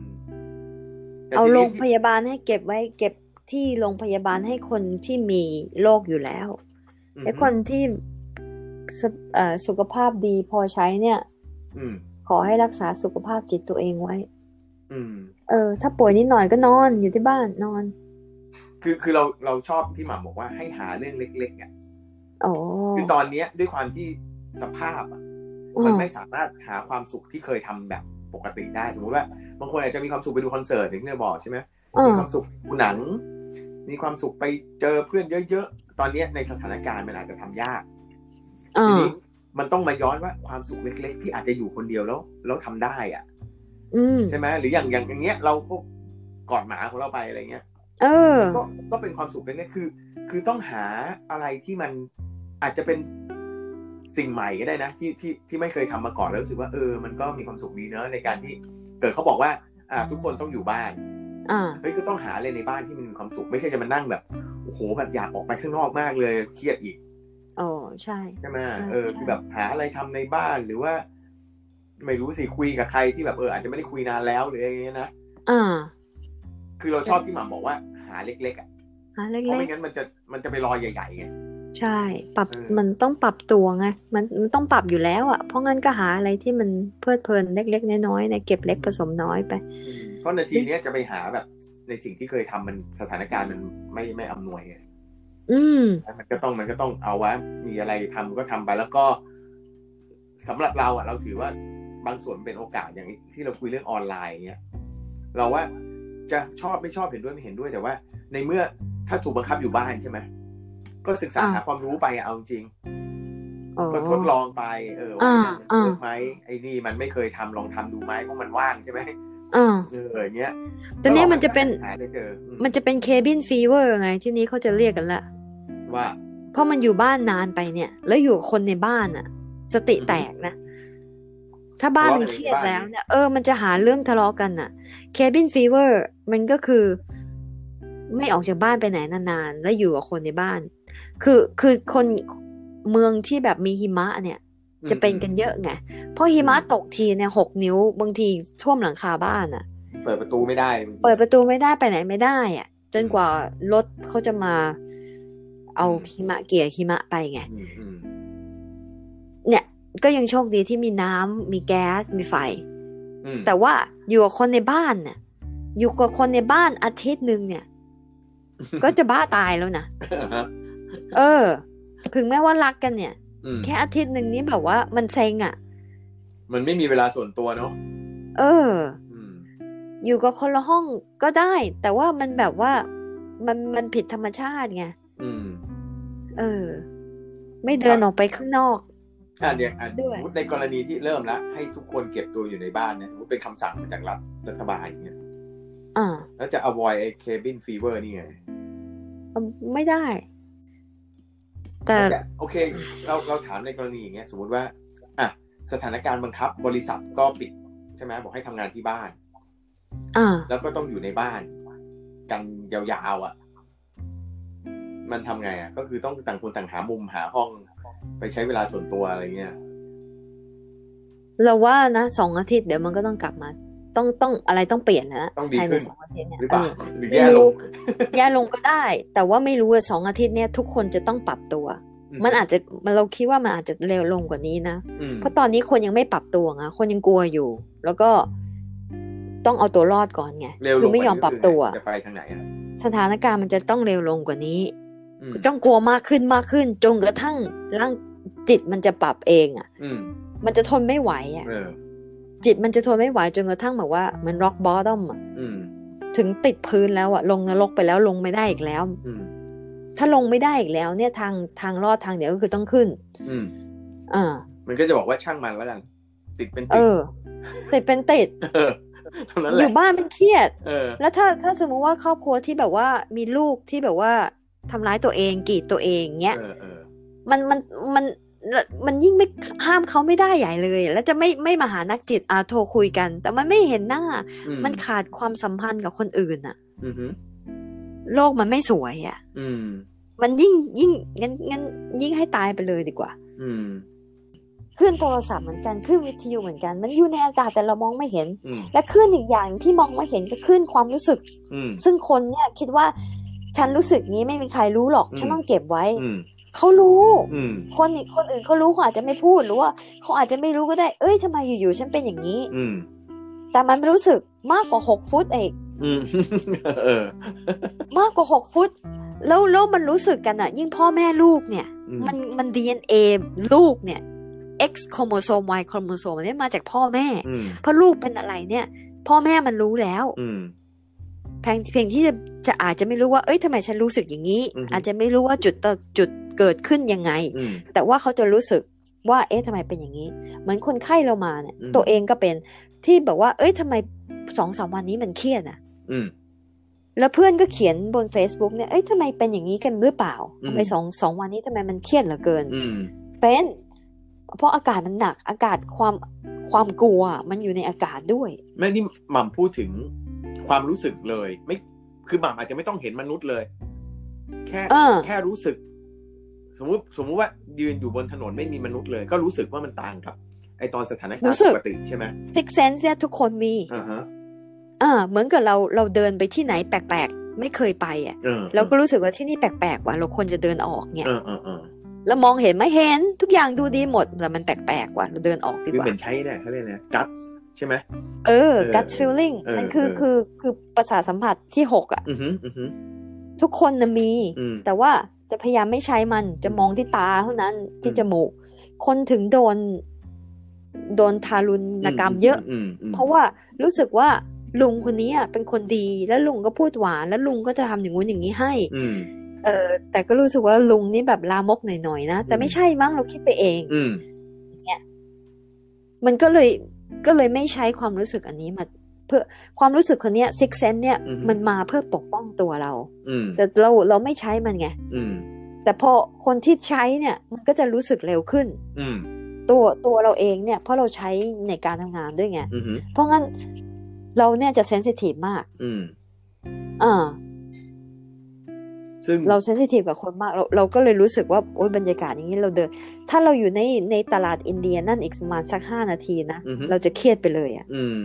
[SPEAKER 2] แต่
[SPEAKER 1] เอา
[SPEAKER 2] ที
[SPEAKER 1] โร
[SPEAKER 2] นี้
[SPEAKER 1] งพ
[SPEAKER 2] ที่
[SPEAKER 1] ยาบาลให้เก็บไว้เก็บที่โรงพยาบาลให้คนที่มีโรคอยู่แล้วไอ้คนที่สเอ่อสุขภาพดีพอใช้เนี่ย
[SPEAKER 2] อืม
[SPEAKER 1] ขอให้รักษาสุขภาพจิตตัวเองไว้
[SPEAKER 2] อืม
[SPEAKER 1] เออ ถ้าป่วยนิดหน่อยก็นอนอยู่ที่บ้านนอน
[SPEAKER 2] คือคือเราเราชอบที่หม่ำบอกว่าให้หาเรื่องเล็กๆอ่ะ
[SPEAKER 1] โอ้
[SPEAKER 2] คือตอนเนี้ยด้วยความที่สภาพอะ มันไม่สามารถหาความสุขที่เคยทำแบบปกติได้ สมมติว่าบางคนอาจจะมีความสุขไปดูคอนเสิร์ตอย่างที่เราบอกใช่ไหม
[SPEAKER 1] อ่า
[SPEAKER 2] มีความสุขดูหนัง มีความสุขไปเจอเพื่อนเยอะๆ ตอนเนี้ยในสถานการณ์มันอาจจะทำยาก
[SPEAKER 1] อ่า
[SPEAKER 2] ทีนี้มันต้องมาย้อนว่าความสุขเล็ก ๆ ที่อาจจะอยู่คนเดียวแล้วแล้วทำได้อะ
[SPEAKER 1] อืม
[SPEAKER 2] ใช่ไหมหรืออย่างอย่างอย่างเงี้ยเราก็กอดหมาของเราไปอะไรเงี้ย
[SPEAKER 1] เออ
[SPEAKER 2] ก็ก็เป็นความสุขเล็กๆคือ คือต้องหาอะไรที่มันอาจจะเป็นสิ่งใหม่ก็ได้นะที่ที่ที่ไม่เคยทำมาก่อนแล้วรู้สึกว่าเออมันก็มีความสุขดีเนอะในการที่เกิดเขาบอกว่า อ่า ทุกคนต้องอยู่บ้าน
[SPEAKER 1] อ่า
[SPEAKER 2] เฮ้ยก็ต้องหาอะไรในบ้านที่มันมีความสุข ไม่ใช่จะมานั่งแบบโอ้โหแบบอยากออกไปข้างนอกมากเลยเครียดอีก
[SPEAKER 1] โอ้ใช่
[SPEAKER 2] ใช่ไหม
[SPEAKER 1] ใช่
[SPEAKER 2] เออ
[SPEAKER 1] ใช่
[SPEAKER 2] คือแบบหาอะไรทำในบ้านหรือว่า ไม่รู้สิคุยกับใครที่แบบเอออาจจะไม่ได้คุยนานแล้วหรืออะไรอย่างเงี้ยนะ
[SPEAKER 1] อ่า
[SPEAKER 2] คือเราชอบที่หม่ำบอกว่าหาเล็กๆอ่ะ
[SPEAKER 1] หา
[SPEAKER 2] เพราะ
[SPEAKER 1] เล็ก
[SPEAKER 2] ไม่งั้นมันจะมันจะไปรอใหญ่ๆไง
[SPEAKER 1] ๆ ใช่ ปรับ
[SPEAKER 2] เออ
[SPEAKER 1] มันต้องปรับตัวไงมันมันต้องปรับอยู่แล้วอ่ะเพราะงั้นก็หาอะไรที่มันเพลิดเพลินเล็กๆน้อยๆนะเก็บเล็กผสมน้อยไป
[SPEAKER 2] อืมเพราะนาทีเนี้ยจะไปหาแบบในสิ่งที่เคยทำมันสถานการณ์มันไม่ไม่อำนวยไง
[SPEAKER 1] อืม
[SPEAKER 2] มันก็ต้องมันก็ต้องเอาวะมีอะไรทำก็ทำไปแล้วก็สำหรับเราอ่ะ เราถือว่าบางส่วนเป็นโอกาสอย่างที่เราคุยเรื่องออนไลน์เนี้ยเราว่าจะชอบไม่ชอบเห็นด้วยไม่เห็นด้วยแต่ว่า ในเมื่อถ้าถูกบังคับอยู่บ้านใช่ไหมก็ศึกษา
[SPEAKER 1] อ่า
[SPEAKER 2] หาความรู้ไปอะเอาจริง
[SPEAKER 1] โอ้
[SPEAKER 2] ก็ทดลองไป เออว่า
[SPEAKER 1] อ่า
[SPEAKER 2] ไอ้
[SPEAKER 1] อ่า
[SPEAKER 2] นั่นมันเวิร์กไหมไอ้นี่มันไม่เคยทำลองทำดูไหมเพราะมันว่างใช่ไหม
[SPEAKER 1] อ่า
[SPEAKER 2] เอออย่างเงี้ย
[SPEAKER 1] แต่เนี่ยมันจะเป็น
[SPEAKER 2] หาได้เจออืม
[SPEAKER 1] มันจะเป็นเคบินฟีเวอร์ไง ที่นี้เขาจะเรียกกันละ
[SPEAKER 2] ว่า
[SPEAKER 1] เพราะมันอยู่บ้านนานไปเนี่ย แล้วอยู่กับคนในบ้านอะสติแตกนะ ถ้าบ้านมันเครียดแล้วเนี่ย เออ มันจะหาเรื่องทะเลาะกันอะเคบินฟีเวอร์มันก็คือ ไม่ออกจากบ้านไปไหนนานๆ แล้วอยู่กับคนในบ้าน คือคือคนเมืองที่แบบมีหิมะเนี่ย จะเป็นกันเยอะไงเพราะหิมะตกทีเนี่ยหกนิ้วบางทีท่วมหลังคาบ้านอ่ะ
[SPEAKER 2] เปิดประตูไม่ได้
[SPEAKER 1] เปิดประตูไม่ได้ไปไหนไม่ได้อ่ะ จนกว่ารถเขาจะมา เอาหิมะเกี่ยหิมะไปไง
[SPEAKER 2] อืมอืม
[SPEAKER 1] เนี่ย ก็ยังโชคดีที่มีน้ำมีแก๊สมีไฟ
[SPEAKER 2] อืม
[SPEAKER 1] แต่ว่าอยู่กับคนในบ้านเนี่ยอยู่กับคนในบ้านอาทิตย์หนึ่ง เนี่ย ก็จะบ้าตายแล้วนะ
[SPEAKER 2] ฮะ
[SPEAKER 1] เออ ถึงแม้ว่ารักกันเนี่ย
[SPEAKER 2] อืม
[SPEAKER 1] แค่อาทิตย์หนึ่งนี้แบบว่ามันเซ็งอ่ะ
[SPEAKER 2] มันไม่มีเวลาส่วนตัวเนาะ
[SPEAKER 1] เออ
[SPEAKER 2] อืม
[SPEAKER 1] อยู่กับคนละห้องก็ได้ แต่ว่ามันแบบว่ามันมันผิดธรรมชาติไง
[SPEAKER 2] อืม
[SPEAKER 1] เออ ไม่เดินออกไปข้างนอก
[SPEAKER 2] อ่ะเดี๋ยวอ่ะ
[SPEAKER 1] ด้วย
[SPEAKER 2] สมมติในกรณีที่เริ่มแล้วให้ทุกคนเก็บตัวอยู่ในบ้านเนี่ยสมมติเป็นคำสั่งมาจากรัฐรัฐบาลอย่างเนี่ย
[SPEAKER 1] อ่า
[SPEAKER 2] แล้วจะ avoid ไอ้ cabin fever นี่ไง
[SPEAKER 1] ไม่ได้ แต่
[SPEAKER 2] แต่โอเค เราเราถามในกรณีอย่างเงี้ยสมมติว่า อ่ะสถานการณ์บังคับบริษัทก็ปิด ใช่ไหมบอกให้ทำงานที่บ้าน
[SPEAKER 1] อ่า
[SPEAKER 2] แล้วก็ต้องอยู่ในบ้าน กันยาวๆอ่ะ มันทำไงอ่ะ ก็คือต้องต่างคนต่างหามุมหาห้อง ไปใช้เวลาส่วนตัวอะไรเงี้ย
[SPEAKER 1] เราว่านะสองอาทิตย์เดี๋ยวมันก็ต้องกลับมา ต้องต้องอะไรต้องเปลี่ยนนะ
[SPEAKER 2] ต้องดี
[SPEAKER 1] ภายใน
[SPEAKER 2] ขึ้น
[SPEAKER 1] สองอาทิตย์เนี่ย
[SPEAKER 2] หรือเปล่า
[SPEAKER 1] เออ
[SPEAKER 2] หรือ
[SPEAKER 1] ไม่
[SPEAKER 2] แย่ล
[SPEAKER 1] รู้
[SPEAKER 2] ง
[SPEAKER 1] แย่ลงก็ได้ แต่ว่าไม่รู้ว่าสองอาทิตย์เนี่ยทุกคนจะต้องปรับตัว
[SPEAKER 2] อืม
[SPEAKER 1] มันอาจจะมันเราคิดว่ามันอาจจะเร็วลงกว่านี้นะ
[SPEAKER 2] อืม
[SPEAKER 1] เพราะตอนนี้คนยังไม่ปรับตัวไงคนยังกลัวอยู่ แล้วก็ต้องเอาตัวรอดก่อนไง
[SPEAKER 2] เร็วล
[SPEAKER 1] คื
[SPEAKER 2] ง
[SPEAKER 1] อไม่ยอมปรับตัว
[SPEAKER 2] จะไปทางไหนอ่ะ
[SPEAKER 1] สถานการณ์มันจะต้องเร็วลงกว่านี้
[SPEAKER 2] อืม
[SPEAKER 1] ต้องกลัวมากขึ้นมากขึ้นจนกระทั่งร่างจิตมันจะปรับเองอ่ะ
[SPEAKER 2] อืม
[SPEAKER 1] มันจะทนไม่ไหวอ่ะ
[SPEAKER 2] เออ
[SPEAKER 1] จิตมันจะทนไม่ไหวจนกระทั่งแบบว่าเหมันร็อกบอทอม
[SPEAKER 2] อืม
[SPEAKER 1] ถึงติดพื้นแล้วอ่ะลงนรกไปแล้วลงไม่ได้อีกแล้ว
[SPEAKER 2] อืม
[SPEAKER 1] ถ้าลงไม่ได้อีกแล้วเนี่ยทางทางรอดทางเดียวก็คือต้องขึ้น
[SPEAKER 2] อืม
[SPEAKER 1] อ่า
[SPEAKER 2] มันก็จะบอกว่าช่างมันแล้วกัน ติดเป็น
[SPEAKER 1] เอ
[SPEAKER 2] ติด
[SPEAKER 1] อ ติดเป็นติด
[SPEAKER 2] เออเท่านั้น
[SPEAKER 1] อ
[SPEAKER 2] แหละ
[SPEAKER 1] ยู่บ้านมันเครียด
[SPEAKER 2] เออ
[SPEAKER 1] แล้วถ้าถ้าสมมติว่าครอบครัวที่แบบว่ามีลูกที่แบบว่าทำร้ายตัวเองกรีดตัวเองเงี้ย
[SPEAKER 2] เออเออ
[SPEAKER 1] มันมันมันมันยิ่งไม่ห้ามเขาไม่ได้ใหญ่เลย แล้วจะไม่ไม่มาหานักจิตอาโทรคุยกัน แต่มันไม่เห็นหน้า
[SPEAKER 2] อื
[SPEAKER 1] มันขาดความสัมพันธ์กับคนอื่นอะ
[SPEAKER 2] อืมฮึ
[SPEAKER 1] โลกมันไม่สวยอะ
[SPEAKER 2] อืม
[SPEAKER 1] มันยิ่งยิ่งงั้นงั้นยิ่งให้ตายไปเลยดีกว่า
[SPEAKER 2] อืม
[SPEAKER 1] ขึ้นโทรศัพท์เหมือนกันขึ้นวิทยุเหมือนกัน มันอยู่ในอากาศแต่เรามองไม่เห็น
[SPEAKER 2] อืม
[SPEAKER 1] และขึ้นอีกอย่างที่มองไม่เห็นก็ขึ้นความรู้สึก
[SPEAKER 2] อืม
[SPEAKER 1] ซึ่งคนเนี่ยคิดว่า ฉันรู้สึกนี้ไม่มีใครรู้หรอก
[SPEAKER 2] อืม
[SPEAKER 1] ฉันต้องเก็บไว้
[SPEAKER 2] อืม
[SPEAKER 1] เขารู้
[SPEAKER 2] อืม
[SPEAKER 1] คนอีกคนอื่นเขารู้เขาอาจจะไม่พูดหรือว่าเขาอาจจะไม่รู้ก็ได้ เอ้ยทำไมอยู่ๆฉันเป็นอย่างนี้
[SPEAKER 2] อืม
[SPEAKER 1] แต่มันรู้สึกมากกว่าหกฟุตเอง
[SPEAKER 2] อืม เออ
[SPEAKER 1] มากกว่าหกฟุต แล้วแล้วมันรู้สึกกันอะยิ่งพ่อแม่ลูกเนี่ย
[SPEAKER 2] อืม
[SPEAKER 1] มันมันดีเอ็นเอลูกเนี่ย X โครโมโซม Y โครโมโซมเนี่ยมาจากพ่อแม่
[SPEAKER 2] อืม
[SPEAKER 1] เพราะลูกเป็นอะไรเนี่ย พ่อแม่มันรู้แล้ว
[SPEAKER 2] อืม
[SPEAKER 1] เพียงเพียงที่จะจะอาจจะไม่รู้ว่าเอ้ยทำไมฉันรู้สึกอย่างนี้
[SPEAKER 2] อือฮึ
[SPEAKER 1] อาจจะไม่รู้ว่าจุดเติบจุดเกิดขึ้นยังไง
[SPEAKER 2] อืม
[SPEAKER 1] แต่ว่าเขาจะรู้สึกว่าเอ๊ะทำไมเป็นอย่างนี้ เหมือนคนไข้เรามาเนี่ย
[SPEAKER 2] อืม
[SPEAKER 1] ตัวเองก็เป็นที่แบบว่า เอ้ยทำไมสองสามวันนี้มันเครียดอ่ะ
[SPEAKER 2] อืม
[SPEAKER 1] แล้วเพื่อนก็เขียนบน Facebook เนี่ยเอ้ยทำไมเป็นอย่างนี้กันหรือเปล่า
[SPEAKER 2] อืม
[SPEAKER 1] ทำไมสองสองวันนี้ทำไมมันเครียดเหลือเกิน
[SPEAKER 2] อืม
[SPEAKER 1] เป็น เพราะอากาศมันหนักอากาศความความกลัวมันอยู่ในอากาศด้วย
[SPEAKER 2] แม่นี่หม่ำพูดถึงความรู้สึกเลย ไม่ คือหม่ำอาจจะไม่ต้องเห็นมนุษย์เลย แค่
[SPEAKER 1] เออ
[SPEAKER 2] แค่รู้สึก สมมุติสมมุติว่ายืนอยู่บนถนนไม่มีมนุษย์เลย ก็รู้สึกว่ามันต่างกับ ไอตอนสถานการ
[SPEAKER 1] รู้
[SPEAKER 2] ณ์
[SPEAKER 1] สึ
[SPEAKER 2] ป
[SPEAKER 1] ก
[SPEAKER 2] กติใช่ไหม
[SPEAKER 1] ซิกเซนส์เนี่ยทุกคนมี
[SPEAKER 2] อ่าฮะ
[SPEAKER 1] อ่าเหมือนกับเราเราเดินไปที่ไหนแปลกๆ ไม่เคยไปอ่ะ
[SPEAKER 2] เออ
[SPEAKER 1] เราก็รู้สึกว่าที่นี่แปลกๆว่ะเราควรจะเดินออกเนี่ย
[SPEAKER 2] เออเออเออ
[SPEAKER 1] แล้วมองเห็นไหมเห็นทุกอย่างดูดีหมดแต่มันแปลกๆว่ะเราเดินออกดี
[SPEAKER 2] คือก
[SPEAKER 1] ว่า
[SPEAKER 2] เหมือนใช้เนี่ยเขาเรียกอะไรกัตใช่ไหม
[SPEAKER 1] เออ
[SPEAKER 2] เออ
[SPEAKER 1] gut feeling
[SPEAKER 2] เออ
[SPEAKER 1] มันคือ
[SPEAKER 2] เออ
[SPEAKER 1] คือคือประสาทสัมผัสที่หกอ่ะ
[SPEAKER 2] อือหืออือหือ
[SPEAKER 1] ทุกคนนะมี
[SPEAKER 2] อืม
[SPEAKER 1] แต่ว่าจะพยายามไม่ใช้มันจะมองที่ตาเท่านั้นที่
[SPEAKER 2] อืม
[SPEAKER 1] จมูก คนถึงโดน โดนทารุณกรรมเยอะ
[SPEAKER 2] อืมอืม
[SPEAKER 1] เพราะว่ารู้สึกว่าลุงคนนี้อะเป็นคนดีแล้วลุงก็พูดหวาน แล้วลุงก็จะทำอย่างงู้นอย่างนี้ให้
[SPEAKER 2] อืม
[SPEAKER 1] เออ แต่ก็รู้สึกว่าลุงนี่แบบลามกหน่อยๆนะแต่ไม่ใช่มั้งเราคิดไปเอง
[SPEAKER 2] อืม
[SPEAKER 1] มันก็เลยก็เลยไม่ใช้ความรู้สึกอันนี้มาเพื่อความรู้สึกคนเนี้ยซิกเซนเนี่ย
[SPEAKER 2] อือฮึ
[SPEAKER 1] มันมาเพื่อปกป้องตัวเรา
[SPEAKER 2] อืม
[SPEAKER 1] แต่เราเราไม่ใช้มันไง
[SPEAKER 2] อืม
[SPEAKER 1] แต่พอคนที่ใช้เนี่ยมันก็จะรู้สึกเร็วขึ้น
[SPEAKER 2] อืม
[SPEAKER 1] ตัวตัวเราเองเนี่ยเพราะเราใช้ในการทำงานด้วยไง
[SPEAKER 2] อืม
[SPEAKER 1] เพราะงั้นเราเนี่ยจะเซนซิทีฟมาก
[SPEAKER 2] อืม
[SPEAKER 1] อ่า
[SPEAKER 2] เซ ซึ่ง
[SPEAKER 1] เราเซนซิทีฟกับคนมากเราเราก็เลยรู้สึกว่าโอ๊ยบรรยากาศอย่างนี้เราเดิน ถ้าเราอยู่ในในตลาดอินเดียนั่นอีกประมาณสักห้านาทีนะ
[SPEAKER 2] อือฮึ
[SPEAKER 1] เราจะเครียดไปเลยอะ
[SPEAKER 2] อืม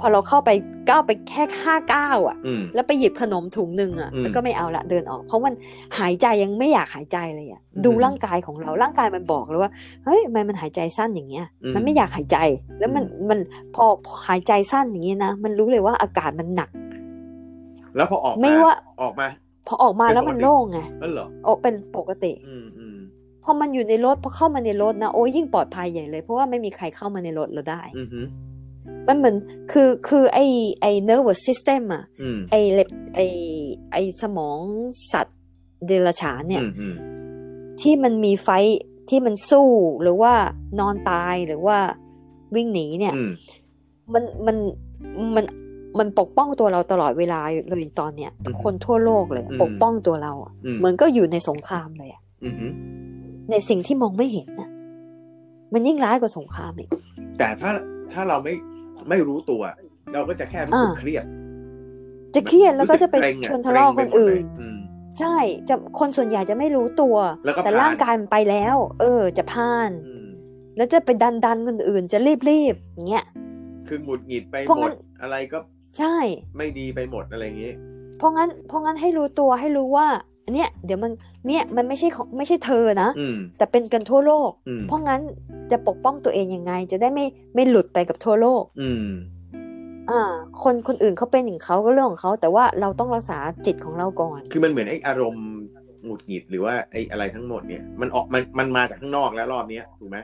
[SPEAKER 1] พอเราเข้าไปก้าวไปแค่ห้าก้าวอะ
[SPEAKER 2] อืม
[SPEAKER 1] แล้วไปหยิบขนมถุงหนึ่งอะ
[SPEAKER 2] อืม
[SPEAKER 1] แล้วก็ไม่เอาละเดินออก เพราะมันหายใจยังไม่อยากหายใจเลยอะ
[SPEAKER 2] อืม
[SPEAKER 1] ดูร่างกายของเราร่างกายมันบอกเลยว่าเฮ้ยทำไมมันหายใจสั้นอย่างเงี้ย
[SPEAKER 2] อืม
[SPEAKER 1] มันไม่อยากหายใจแล้วมันมันพอพอหายใจสั้นอย่างนี้นะมันรู้เลยว่าอากาศมันหนัก
[SPEAKER 2] แล้วพอออก
[SPEAKER 1] ไม่ว่า
[SPEAKER 2] ออกมา
[SPEAKER 1] พอออกมาแล้วมันโล่งไง
[SPEAKER 2] เออเหรอ
[SPEAKER 1] โอ้เป็นปกติ
[SPEAKER 2] อืมอืม
[SPEAKER 1] พอมันอยู่ในรถพอเข้ามาในรถนะโอ้ยยิ่งปลอดภัยใหญ่เลย เพราะว่าไม่มีใครเข้ามาในรถเราได้
[SPEAKER 2] อืมอืม
[SPEAKER 1] มันเหมือนคือคือไอไอ nervous system อะ
[SPEAKER 2] อืม
[SPEAKER 1] ไอเล็บไอไอสมองสัตว์เดรัจฉานเนี่ย
[SPEAKER 2] อืมอืม
[SPEAKER 1] ที่มันมีไฟท์ที่มันสู้หรือว่านอนตายหรือว่าวิ่งหนีเนี่ย
[SPEAKER 2] อืม
[SPEAKER 1] มันมันมันมันปกป้องตัวเราตลอดเวลาเลยตอนเนี้ยคนทั่วโลกเลย ปกป้องตัวเราอะ
[SPEAKER 2] อืม
[SPEAKER 1] เหมือนก็อยู่ในสงครามเลยอะ
[SPEAKER 2] อืมอืม
[SPEAKER 1] ในสิ่งที่มองไม่เห็นนะมันยิ่งร้ายกว่าสงครามอีก
[SPEAKER 2] แต่ถ้าถ้าเราไม่ไม่รู้ตัว เราก็จะแค่รู้สึก
[SPEAKER 1] อ่า
[SPEAKER 2] เครียด
[SPEAKER 1] จะเครียดแล้วก็จะไป
[SPEAKER 2] รู้สึเรงอ
[SPEAKER 1] ชวนทะเลาะกับคนอื่น
[SPEAKER 2] เกรงไปหมดเลยอืม
[SPEAKER 1] ใช่จะคนส่วนใหญ่จะไม่รู้ตัว
[SPEAKER 2] แล้วก็
[SPEAKER 1] แต่
[SPEAKER 2] ผ่าน
[SPEAKER 1] ร่างกายมันไปแล้ว เออ จะพ่าน
[SPEAKER 2] อืม
[SPEAKER 1] แล้วจะไปดันดันๆคนอื่น จะรีบรีบๆอย่างเงี้ย
[SPEAKER 2] คือหงุดหงิดไป
[SPEAKER 1] เพราะ
[SPEAKER 2] หม
[SPEAKER 1] งั้
[SPEAKER 2] ด
[SPEAKER 1] น
[SPEAKER 2] อะไรก็
[SPEAKER 1] ใช่
[SPEAKER 2] ไม่ดีไปหมดอะไรอย่างนี้
[SPEAKER 1] เพราะงั้นเพราะงั้นให้รู้ตัวให้รู้ว่าเนี่ยเดี๋ยวมันเนี่ยมันไม่ใช่ของไม่ใช่เธอนะ
[SPEAKER 2] อืม
[SPEAKER 1] แต่เป็นกันทั่วโลก
[SPEAKER 2] อืม
[SPEAKER 1] เพราะงั้นจะปกป้องตัวเองยังไง จะได้ไม่ไม่หลุดไปกับทั่วโลก
[SPEAKER 2] อืม
[SPEAKER 1] อ่า คนคนอื่นเขาเป็นอย่างเขาก็เรื่องของเขาแต่ว่าเราต้องรักษาจิตของเราก่อน
[SPEAKER 2] คือมันเหมือนไอ้อารมณ์หงุดหงิดหรือว่าไอ้อะไรทั้งหมดเนี่ย มันออกมันมันมาจากข้างนอกแล้วรอบเนี้ยถูกไหม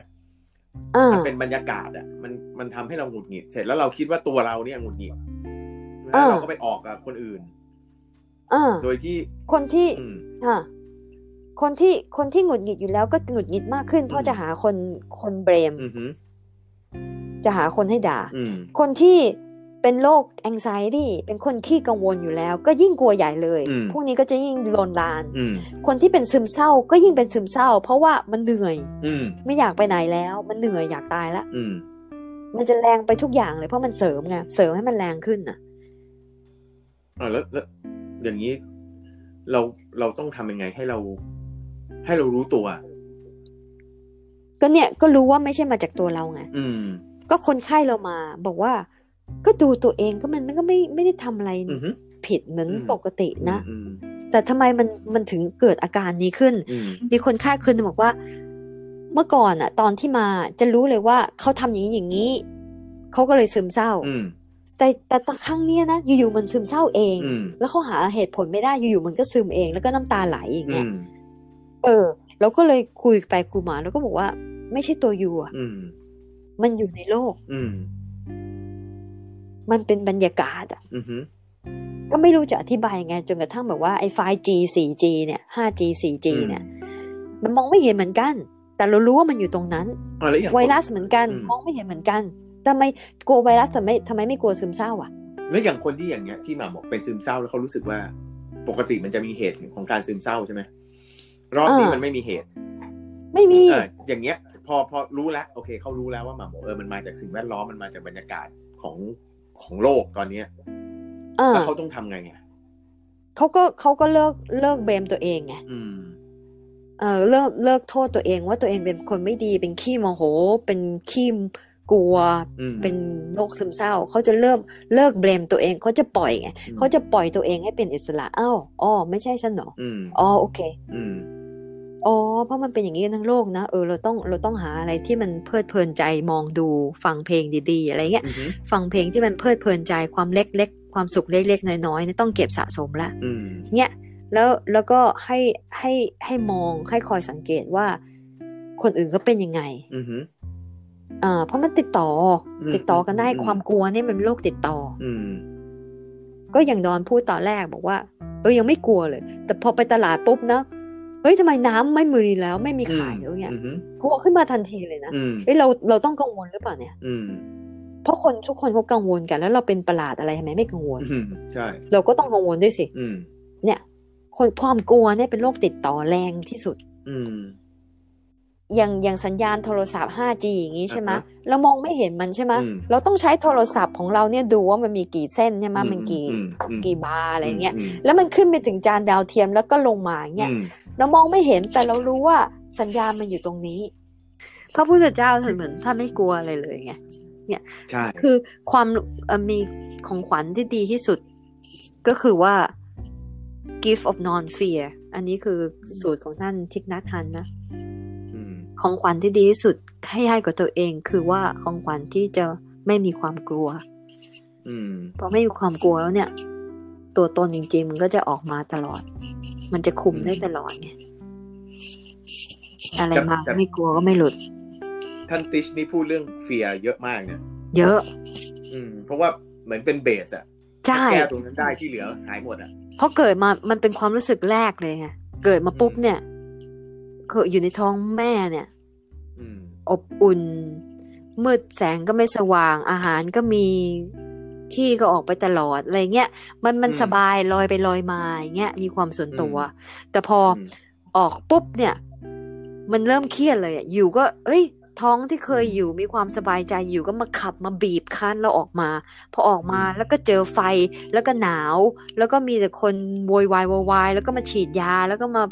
[SPEAKER 1] อ่า
[SPEAKER 2] มันเป็นบรรยากาศอ่ะมันมันทำให้เราหงุดหงิดเสร็จแล้วเราคิดว่าตัวเราเนี่ยหงุดหงิด
[SPEAKER 1] อ่า
[SPEAKER 2] เราก็ไปออกกับคนอื่น
[SPEAKER 1] อ่า
[SPEAKER 2] โดยที่
[SPEAKER 1] คนที่
[SPEAKER 2] อืม
[SPEAKER 1] ค่ะคนที่คนที่หงุดหงิดอยู่แล้วก็หงุดหงิดมากขึ้น เพ
[SPEAKER 2] อื
[SPEAKER 1] ราะ
[SPEAKER 2] ม
[SPEAKER 1] จะหาคนคนเบรม
[SPEAKER 2] อืมฮึ
[SPEAKER 1] จะหาคนให้ด่า
[SPEAKER 2] อืม
[SPEAKER 1] คนที่เป็นโรคแองไซตี้เป็นคนขี้กังวลอยู่แล้ว ก็ยิ่งกลัวใหญ่เลย
[SPEAKER 2] อืม
[SPEAKER 1] พวกนี้ก็จะยิ่งลนลาน
[SPEAKER 2] อืม
[SPEAKER 1] คนที่เป็นซึมเศร้าก็ยิ่งเป็นซึมเศร้า เพราะว่ามันเหนื่อย
[SPEAKER 2] อืม
[SPEAKER 1] ไม่อยากไปไหนแล้ว มันเหนื่อยอยากตายละ
[SPEAKER 2] อืม
[SPEAKER 1] มันจะแรงไปทุกอย่างเลยเพราะมันเสริมไงเสริมให้มันแรงขึ้นน่ะ
[SPEAKER 2] อ่าแล้วแล้วอย่างนี้เราเราต้องทำยังไงให้เรา ให้เรารู้ตัว
[SPEAKER 1] ก็เนี่ยก็รู้ว่าไม่ใช่มาจากตัวเราไง
[SPEAKER 2] อืม
[SPEAKER 1] ก็คนไข้เรามา บอกว่า ก็ดูตัวเองก็มันมันก็ไม่ไม่ได้ทำอะไร
[SPEAKER 2] อืม
[SPEAKER 1] ผิดเหมือน
[SPEAKER 2] อืม
[SPEAKER 1] ปกตินะ
[SPEAKER 2] อืม
[SPEAKER 1] แต่ทำไมมันมันถึงเกิดอาการนี้ขึ้น
[SPEAKER 2] อืม
[SPEAKER 1] มีคนไข้คนหนึงบอกว่า เมื่อก่อนอะตอนที่มาจะรู้เลยว่าเขาทำอย่างนี้อย่างนี้เขาก็เลยซึมเศร้า
[SPEAKER 2] อืม
[SPEAKER 1] แต่แต่ตอนครั้งเนี้ยนะอยู่ๆมันซึมเศร้าเอง
[SPEAKER 2] อืม
[SPEAKER 1] แล้วเขาหาเหตุผลไม่ได้อยู่ๆมันก็ซึมเอง แล้วก็น้ำตาไหลอย่าง
[SPEAKER 2] อื
[SPEAKER 1] เงี้ย
[SPEAKER 2] ม
[SPEAKER 1] เออเราก็เลยคุยไปคุยมาแล้วก็บอกว่า ไม่ใช่ตัวอยู่อะ
[SPEAKER 2] อืม
[SPEAKER 1] มันอยู่ในโลก
[SPEAKER 2] อืม
[SPEAKER 1] มันเป็นบรรยากาศอะ
[SPEAKER 2] อืมอืม
[SPEAKER 1] ก็ไม่รู้จะอธิบายยังไงจนกระทั่งแบบว่าไอ้ไฟล์ G 4G เนี่ย 5G 4G เนี่ย มันมองไม่เห็นเหมือนกัน แต่เรารู้ว่ามันอยู่ตรงนั้น
[SPEAKER 2] อ่าแล้วอย่าง
[SPEAKER 1] ไวรัสเหมือนกัน
[SPEAKER 2] อืม
[SPEAKER 1] มองไม่เห็นเหมือนกันทำไมกลัวไวรัสแต่ไม่ทำไมไม่กลัวซึมเศร้าอ่ะ
[SPEAKER 2] แล้วอย่างคนที่อย่างเงี้ยที่หมาบอกเป็นซึมเศร้าแล้วเขารู้สึกว่า ปกติมันจะมีเหตุของการซึมเศร้าใช่ไหมรอบนี้
[SPEAKER 1] อ่ามั
[SPEAKER 2] มันไม่มีเหตุ
[SPEAKER 1] ไม่มี
[SPEAKER 2] เอออย่างเงี้ย พอพอรู้แล้วโอเคเขารู้แล้วว่าหมาบอกเออมันมาจากสิ่งแวดล้อมมันมาจากบรรยากาศของของโลกตอนเนี้ย
[SPEAKER 1] เออ
[SPEAKER 2] แล้วเขาต้องทำไงอ่ะ
[SPEAKER 1] เขาก็เขาก็เลิกเลิกเบมตัวเองไง
[SPEAKER 2] อืม
[SPEAKER 1] เออเลิกเลิกโทษตัวเองว่าตัวเองเป็นคนไม่ดีเป็นขี้โมโห เป็นขี้กลัว
[SPEAKER 2] อืม
[SPEAKER 1] เป็นโรคซึมเศร้า เขาจะเริ่มเลิกเบมตัวเองเขาจะปล่อยไง
[SPEAKER 2] อืม
[SPEAKER 1] เขาจะปล่อยตัวเองให้เป็นอิสระอ้าวอ๋อไม่ใช่ฉันเหรอ
[SPEAKER 2] อืม
[SPEAKER 1] อ๋อโอเค
[SPEAKER 2] อืม
[SPEAKER 1] อ๋อ เพราะมันเป็นอย่างนี้กันทั้งโลกนะ เออ เราต้อง เราต้องหาอะไรที่มันเพลิดเพลินใจ มองดู ฟังเพลงดีๆ อะไรเงี้ย
[SPEAKER 2] อืมฮึ
[SPEAKER 1] ฟังเพลงที่มันเพลิดเพลินใจ ความเล็กๆ ความสุขเล็กๆ น้อยๆเนี่ยต้องเก็บสะสมละ
[SPEAKER 2] อืม
[SPEAKER 1] เนี่ย แล้ว แล้วก็ให้ ให้ ให้มอง ให้คอยสังเกตว่า คนอื่นก็เป็นยังไง
[SPEAKER 2] อืมฮึ
[SPEAKER 1] อ่า เพราะมันติดต่ออ
[SPEAKER 2] ม
[SPEAKER 1] ติดต่อกันได้
[SPEAKER 2] อืม
[SPEAKER 1] ความกลัวเนี่ยมันเป็นโรคติดต่อ
[SPEAKER 2] อืม
[SPEAKER 1] ก็อย่างดอนพูดตอนแรกบอกว่า เออยังไม่กลัวเลย แต่พอไปตลาดปุ๊บนะ เฮ้ยทำไมน้ำไม่มือดีแล้ว ไม่มีขายแล้วเนี่ย
[SPEAKER 2] อืมฮึ
[SPEAKER 1] กลัวขึ้นมาทันทีเลยนะ
[SPEAKER 2] อืม
[SPEAKER 1] เอ้ยเราเราต้องกังวลหรือเปล่าเนี่ย
[SPEAKER 2] อืม
[SPEAKER 1] เพราะคนทุกคนเขากังวลกัน แล้วเราเป็นประหลาดอะไรทำไมไม่กังวล
[SPEAKER 2] อืมใช่
[SPEAKER 1] เราก็ต้องกังวลด้วยสิ
[SPEAKER 2] อืม
[SPEAKER 1] เนี่ย คนความกลัวเนี่ยเป็นโรคติดต่อแรงที่สุด
[SPEAKER 2] อืม
[SPEAKER 1] อย่างอย่างสัญญาณโทรศัพท์ 5G อย่างนี้ใช่ไหม
[SPEAKER 2] อ่าฮ
[SPEAKER 1] เรามองไม่เห็นมันใช่ไหม
[SPEAKER 2] อืม
[SPEAKER 1] เราต้องใช้โทรศัพท์ของเราเนี่ยดูว่ามันมีกี่เส้นใช่ไหมมันกี่
[SPEAKER 2] อือืม
[SPEAKER 1] กี่บาร์อะไรเงี้ย
[SPEAKER 2] ม
[SPEAKER 1] แล้วมันขึ้นไปถึงจานดาวเทียมแล้วก็ลงมาเงี้ย
[SPEAKER 2] อืม
[SPEAKER 1] เรามองไม่เห็นแต่เรารู้ว่าสัญญาณมันอยู่ตรงนี้ พระพุทธเจ้าเหมือนท่านไม่กลัวอะไรเลยไง
[SPEAKER 2] ใช่
[SPEAKER 1] คือความเอ่อมีของขวัญที่ดีที่สุด ก็คือว่า gift of non fear อันนี้คือสูตรของท่านทิกนัททันนะ
[SPEAKER 2] ม
[SPEAKER 1] ของขวัญที่ดีที่สุดให้ให้กับตัวเอง คือว่าของขวัญที่จะไม่มีความกลัว
[SPEAKER 2] อืม
[SPEAKER 1] พอไม่มีความกลัวแล้วเนี่ย ตัวตนจริงๆ มันก็จะออกมาตลอด มันจะคุมได้ตลอดไงอะไรมา
[SPEAKER 2] จะ
[SPEAKER 1] ไม่กลัวก็ไม่หลุด
[SPEAKER 2] ท่านติชนี่พูดเรื่องเฟียเยอะมากเนี่ย
[SPEAKER 1] เยอะ
[SPEAKER 2] อืม เพราะว่าเหมือนเป็นเบสอะ
[SPEAKER 1] ใช่
[SPEAKER 2] แก้ตรงนั้นได้ที่เหลือหายหมดอะ
[SPEAKER 1] เพราะเกิดมามันเป็นความรู้สึกแรกเลยไงเกิดมาปุ๊บ
[SPEAKER 2] อืม
[SPEAKER 1] เนี่ยคืออยู่ในท้องแม่เนี่ย
[SPEAKER 2] อืม
[SPEAKER 1] อบอุ่น มืดแสงก็ไม่สว่างอาหารก็มีขี้ก็ออกไปตลอดอะไรเงี้ยมันมัน
[SPEAKER 2] อืม
[SPEAKER 1] สบายลอยไปลอยมาอย่างเงี้ยมีความส่วนตัว
[SPEAKER 2] อื
[SPEAKER 1] แต่พออออกปุ๊บเนี่ย มันเริ่มเครียดเลยอะอยู่ก็ เอ้ย ท้องที่เคยอยู่มีความสบายใจอยู่ก็มาขับมาบีบคั้นเราออกมา พอออกมาแล้วก็เจอไฟแล้วก็หนาว แล้วก็มีแต่คนโวยวายโวยวายแล้วก็มาฉีดยา แล้วก็มา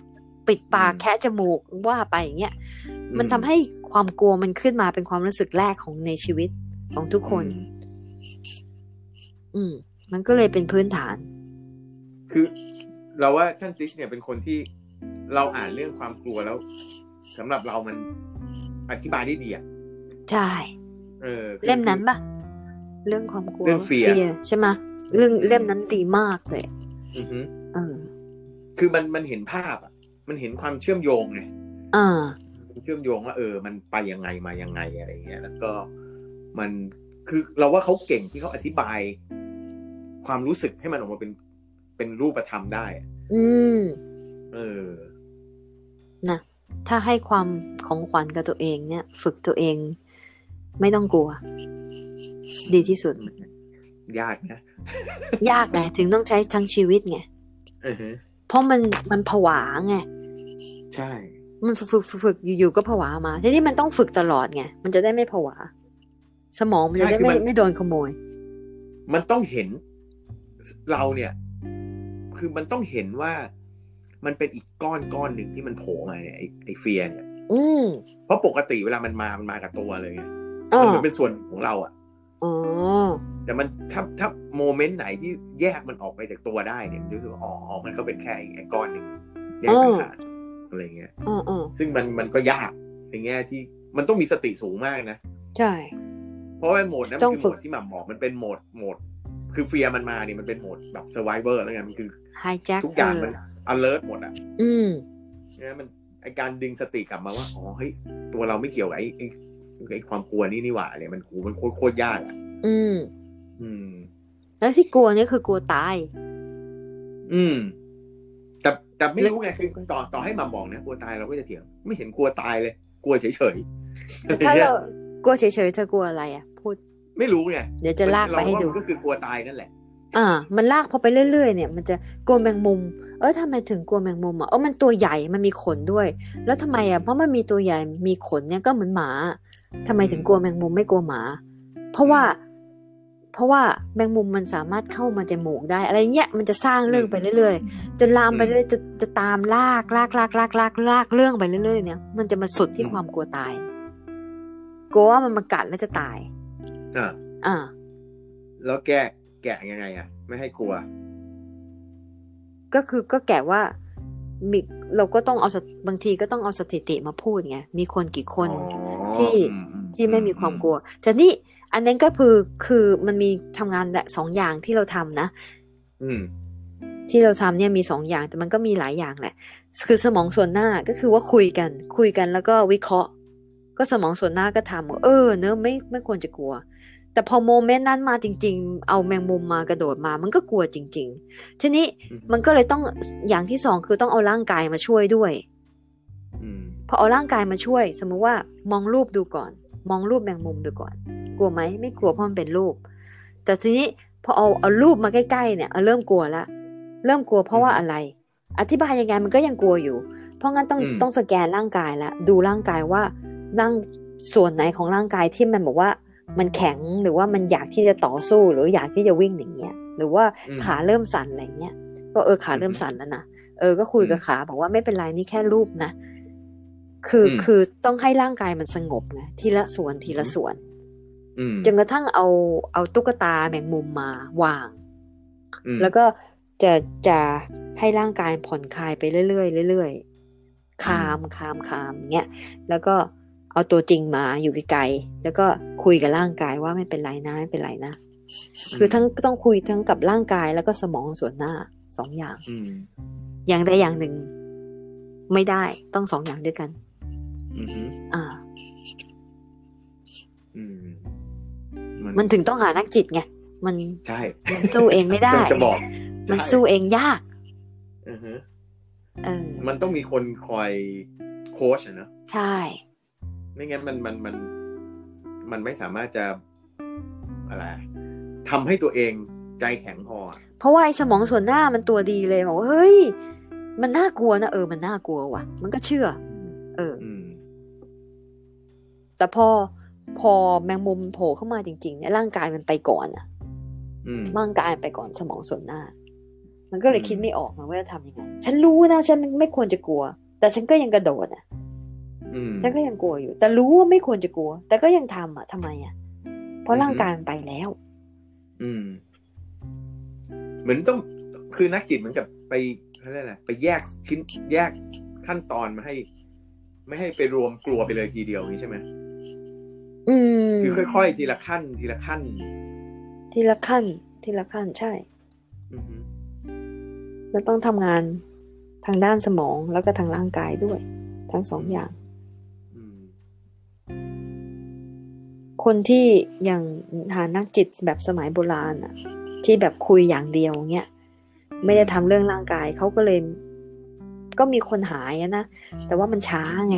[SPEAKER 1] ปิดปาก
[SPEAKER 2] อืม
[SPEAKER 1] แคะจมูกว่าไปอย่างเงี้ย
[SPEAKER 2] อื
[SPEAKER 1] มันทำให้ความกลัวมันขึ้นมาเป็นความรู้สึกแรกของในชีวิตของทุกคน
[SPEAKER 2] อืม
[SPEAKER 1] อืม มันก็เลยเป็นพื้นฐาน
[SPEAKER 2] คือเราว่าท่านติชเนี่ยเป็นคนที่เราอ่านเรื่องความกลัวแล้วสำหรับเรามันอธิบายได้ดีอ่ะ
[SPEAKER 1] ใช่
[SPEAKER 2] เออคือ
[SPEAKER 1] เล่มนั้นปะเรื่องความกลัว
[SPEAKER 2] เรื่อง fear
[SPEAKER 1] ใช่ไหมะเรื่องเล่มนั้นดีมากเลย
[SPEAKER 2] อือฮึ
[SPEAKER 1] เออ
[SPEAKER 2] คือมันมันเห็นภาพอ่ะ มันเห็นความเชื่อมโยงไง
[SPEAKER 1] อ่า
[SPEAKER 2] เชื่อมโยงว่าเออ มันไปยังไงมายังไงอะไรเงี้ยแล้วก็มันคือเราว่าเขาเก่งที่เขาอธิบาย ความรู้สึกให้มันออกมาเป็นเป็นรูปธรรมได้อะ
[SPEAKER 1] อืม
[SPEAKER 2] เออ
[SPEAKER 1] ถ้าให้ความของขวัญกับตัวเองเนี่ย ฝึกตัวเอง ไม่ต้องกลัว ดีที่สุด
[SPEAKER 2] ยากนะ
[SPEAKER 1] ยากไงถึงต้องใช้ทั้งชีวิตไง
[SPEAKER 2] อือฮึ
[SPEAKER 1] เพราะมันมันผวาไง
[SPEAKER 2] ใช่
[SPEAKER 1] มันฝึกฝึกฝึกฝึกอยู่ๆก็ผวามา ทีนี้มันต้องฝึกตลอดไง มันจะได้ไม่ผวา สมองมันจะได้
[SPEAKER 2] ใช่คือ
[SPEAKER 1] ไม่
[SPEAKER 2] มัน
[SPEAKER 1] ไม่โดนขโมย
[SPEAKER 2] มันต้องเห็นเราเนี่ย คือมันต้องเห็นว่ามันเป็นอีกก้อนก้อนหนึ่งที่มันโผล่มาเนี่ยไอ้ไอ้เฟียร์เนี่ย
[SPEAKER 1] อืม
[SPEAKER 2] เพราะปกติเวลามันมา มันมากับตัวเลยไง
[SPEAKER 1] อ๋
[SPEAKER 2] มัน
[SPEAKER 1] อ
[SPEAKER 2] เหมือนเป็นส่วนของเราอะ
[SPEAKER 1] อ๋อ
[SPEAKER 2] แต่มันถ้าถ้าโมเมนต์ไหนที่แยกมันออกไปจากตัวได้เนี่ยมันจะรู้สึกว่าอ๋ออ๋อมันก็เป็นแค่ไอ้ก้อนหนึ่งแยกต่างหากอะไรเงี้ย
[SPEAKER 1] อ๋ออ๋อ
[SPEAKER 2] ซึ่งมันมันก็ยากในแง่ที่มันต้องมีสติสูงมากนะ
[SPEAKER 1] ใช่
[SPEAKER 2] เพราะว่าโหมดนั้น
[SPEAKER 1] ต้อ
[SPEAKER 2] มั
[SPEAKER 1] น ง
[SPEAKER 2] คือ
[SPEAKER 1] ฝึ
[SPEAKER 2] โหม
[SPEAKER 1] ก
[SPEAKER 2] ดที่หม่ำบอกมันเป็นโหมดโหมด คือเฟียร์มันมาเนี่ยมันเป็นโหมดแบบสไวเวอร์แล้วไงมันคือ
[SPEAKER 1] ไฮแจ็ค
[SPEAKER 2] ทุกอย่างมัน alert หมดอ่ะ
[SPEAKER 1] อืม
[SPEAKER 2] นะมันไอการดึงสติกลับมาว่า อ๋อ เฮ้ย ตัวเราไม่เกี่ยวกับไอไอ้ไอความกลัวนี่นี่หว่าเนี่ยมันโหมันโคตรโคตรยากอ่ะ
[SPEAKER 1] อืม
[SPEAKER 2] อืม
[SPEAKER 1] แล้วที่กลัวเนี่ยคือกลัวตาย
[SPEAKER 2] อืม แต่แต่ไม่รู้ไงคือต่อต่อให้หมาบอกนะ กลัวตายเราก็จะเถียง ไม่เห็นกลัวตายเลย กลัวเฉยเฉยๆ
[SPEAKER 1] ถ้าเรากลัวเฉยๆเธอกลัวอะไรอ่ะ พูด
[SPEAKER 2] ไม่รู้ไง
[SPEAKER 1] เดี๋ยวจะลากไปให้ดู
[SPEAKER 2] เราว่ามันก็คือกลัวตายนั่นแหละ
[SPEAKER 1] อ่า มันลากพอไปเรื่อยๆเนี่ย มันจะกลัวแมงมุม เออทำไมถึงกลัวแมงมุมอ่ะเออมันตัวใหญ่ มันมีขนด้วย แล้วทำไมอ่ะ เพราะมันมีตัวใหญ่ มีขนเนี่ยก็เหมือนหมาทำไมถึงกลัวแมงมุมไม่กลัวหมา เพราะว่า เพราะว่าแมงมุมมันสามารถเข้ามาจมูกได้ อะไรเงี้ย มันจะสร้างเรื่องไปเรื่อยๆ จนลามไปเรื่อยจะจะตามลากลากลากลากลากลากเรื่องไปเรื่อยๆเนี่ย มันจะมาสุดที่
[SPEAKER 2] อืม
[SPEAKER 1] ความกลัวตาย กลัวว่ามันมากัดแล้วจะตาย
[SPEAKER 2] อ่ะ
[SPEAKER 1] อ่า
[SPEAKER 2] แล้วแกะแกะยังไงอ่ะ ไม่ให้กลัว
[SPEAKER 1] ก็คือก็แก่ว่ามีเราก็ต้องเอาสถิบางทีก็ต้องเอาสถิติมาพูดไงมีคนกี่คน
[SPEAKER 2] อ๋อ
[SPEAKER 1] ที่
[SPEAKER 2] อือื
[SPEAKER 1] ที่ไม่มีความกลัวแต่นี่อันนั้นก็คือคือมันมีทำงานแบบสองอย่างที่เราทำนะ
[SPEAKER 2] อืม
[SPEAKER 1] ที่เราทำเนี่ยมีสองอย่างแต่มันก็มีหลายอย่างแหละ คือสมองส่วนหน้าก็คือว่าคุยกัน คุยกันแล้วก็วิเคราะห์ ก็สมองส่วนหน้าก็ทำว่าเออ เนอะไม่ไม่ควรจะกลัว แต่พอโมเมนต์นั้นมาจริง ๆ เอาแมงมุมมากระโดดมา มันก็กลัวจริง ๆ ทีนี้
[SPEAKER 2] อืม
[SPEAKER 1] มันก็เลยต้องอย่างที่สองคือต้องเอาร่างกายมาช่วยด้วย
[SPEAKER 2] อืม
[SPEAKER 1] พอเอาร่างกายมาช่วย สมมุติว่ามองรูปดูก่อน มองรูปแมงมุมดูก่อน กลัวไหมไม่กลัวเพราะมันเป็นรูป แต่ทีนี้พอเอาเอารูปมาใกล้ๆเนี่ยเอาเริ่มกลัวละเริ่มกลัวเพราะว่าอะไร อธิบายยังไงมันก็ยังกลัวอยู่ เพราะงั้นต้อง
[SPEAKER 2] อืม
[SPEAKER 1] ต้องสแกนร่างกายละดูร่างกายว่าร่างส่วนไหนของร่างกายที่มันบอกว่ามันแข็งหรือว่ามันอยากที่จะต่อสู้หรืออยากที่จะวิ่งอย่างเงี้ยหรือว่า
[SPEAKER 2] อืม
[SPEAKER 1] ขาเริ่มสั่นอะไรเงี้ยก็เออขาเริ่มสั่นแล้วนะเออก็คุยกับขาบอกว่าไม่เป็นไรนี่แค่รูปนะ คืออ
[SPEAKER 2] ม
[SPEAKER 1] คือต้องให้ร่างกายมันสงบนะทีละส่วนทีละส่วน
[SPEAKER 2] อืม
[SPEAKER 1] จนกระทั่งเอาเอาตุ๊กตาแมงมุมมาวาง
[SPEAKER 2] อืม
[SPEAKER 1] แล้วก็จะจะให้ร่างกายผ่อนคลายไปเรื่อยๆเรื่อยๆคามคามคามเงี้ยแล้วก็เอาตัวจริงมาอยู่ไกลๆแล้วก็คุยกับร่างกายว่าไม่เป็นไรนะไม่เป็นไรนะ คือทั้งต้องคุยทั้งกับร่างกายแล้วก็สมองส่วนหน้าสองอย่าง
[SPEAKER 2] อืม
[SPEAKER 1] อย่างใดอย่างหนึ่ง ไม่ได้ต้องสองอย่างด้วยกัน
[SPEAKER 2] อืมอืม
[SPEAKER 1] อ่า
[SPEAKER 2] อืม
[SPEAKER 1] มันถึงต้องหานักจิตไงมัน
[SPEAKER 2] ใช่
[SPEAKER 1] มันสู้เองไม่ได้
[SPEAKER 2] มันจะบอก
[SPEAKER 1] มัน
[SPEAKER 2] ใช่
[SPEAKER 1] สู้เองยาก
[SPEAKER 2] อือฮึ
[SPEAKER 1] เออ
[SPEAKER 2] มันต้องมีคนคอยโค้ชอะเนอะ
[SPEAKER 1] ใช่
[SPEAKER 2] ไม่งั้นมันมันมันมันไม่สามารถจะอะไรทำให้ตัวเองใจแข็งพออะ
[SPEAKER 1] เพราะว่าไอ้สมองส่วนหน้ามันตัวดีเลยบอกว่าเฮ้ย มันน่ากลัวนะเออมันน่ากลัวว่ะ มันก็เชื่อ เออ
[SPEAKER 2] อืม
[SPEAKER 1] แต่พอพอแมงมุมโผล่เข้ามาจริงๆเนี่ยร่างกายมันไปก่อนอะ
[SPEAKER 2] อืม
[SPEAKER 1] ร่างกายไปก่อนสมองส่วนหน้า มันก็เลย
[SPEAKER 2] อืม
[SPEAKER 1] คิดไม่ออกนะว่าจะทำยังไงฉันรู้นะฉันไม่ควรจะกลัว แต่ฉันก็ยังกระโดดอ่ะ
[SPEAKER 2] อืม
[SPEAKER 1] ฉันก็ยังกลัวอยู่ แต่รู้ว่าไม่ควรจะกลัว แต่ก็ยังทำอ่ะทำไมอ่ะเพราะร่างกายมันไปแล้ว
[SPEAKER 2] อืม เหมือนต้องคือนักจิตเหมือนกับไปเขาเรียกอะไรไปแยกชิ้นแยกขั้นตอนมาให้ ไม่ให้ไปรวมกลัวไปเลยทีเดียวอย่างนี้ใช่ไหม
[SPEAKER 1] อืม
[SPEAKER 2] คือค่อยๆทีละขั้น ทีละขั้น
[SPEAKER 1] ทีละขั้น ทีละขั้นใช่
[SPEAKER 2] อือฮึ
[SPEAKER 1] แล้วต้องทำงานทางด้านสมองแล้วก็ทางร่างกายด้วย ทั้งสองอย่าง
[SPEAKER 2] อืม
[SPEAKER 1] คนที่อย่างหานักจิตแบบสมัยโบราณอะที่แบบคุยอย่างเดียวเงี้ยไม่ได้ทำเรื่องร่างกายเขาก็เลย ก็มีคนหายอะนะแต่ว่ามันช้าไง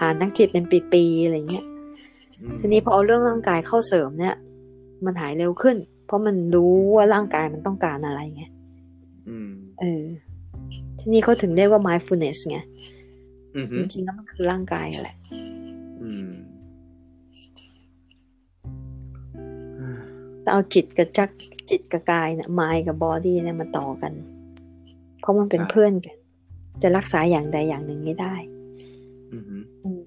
[SPEAKER 1] หานักจิตเป็นปีๆอะไรเงี้ย
[SPEAKER 2] อืม
[SPEAKER 1] ทีนี้พอเอาเรื่องร่างกายเข้าเสริมเนี่ย มันหายเร็วขึ้น เพราะมันรู้ว่าร่างกายมันต้องการอะไรไง
[SPEAKER 2] อืม
[SPEAKER 1] เออ ทีนี้เขาถึงเรียกว่า mindfulness ไง
[SPEAKER 2] อือฮึ
[SPEAKER 1] จริงๆแล้วมันคือร่างกายแหละ
[SPEAKER 2] อืม
[SPEAKER 1] แต่เอาจิตกับจักจิตกับกายเนี่ยมายกับบอดี้เนี่ยมาต่อกัน เพราะมันเป็น
[SPEAKER 2] ครับ
[SPEAKER 1] เพื่อนกัน จะรักษาอย่างใดอย่างหนึ่งไม่ได้
[SPEAKER 2] อือฮึ
[SPEAKER 1] อืม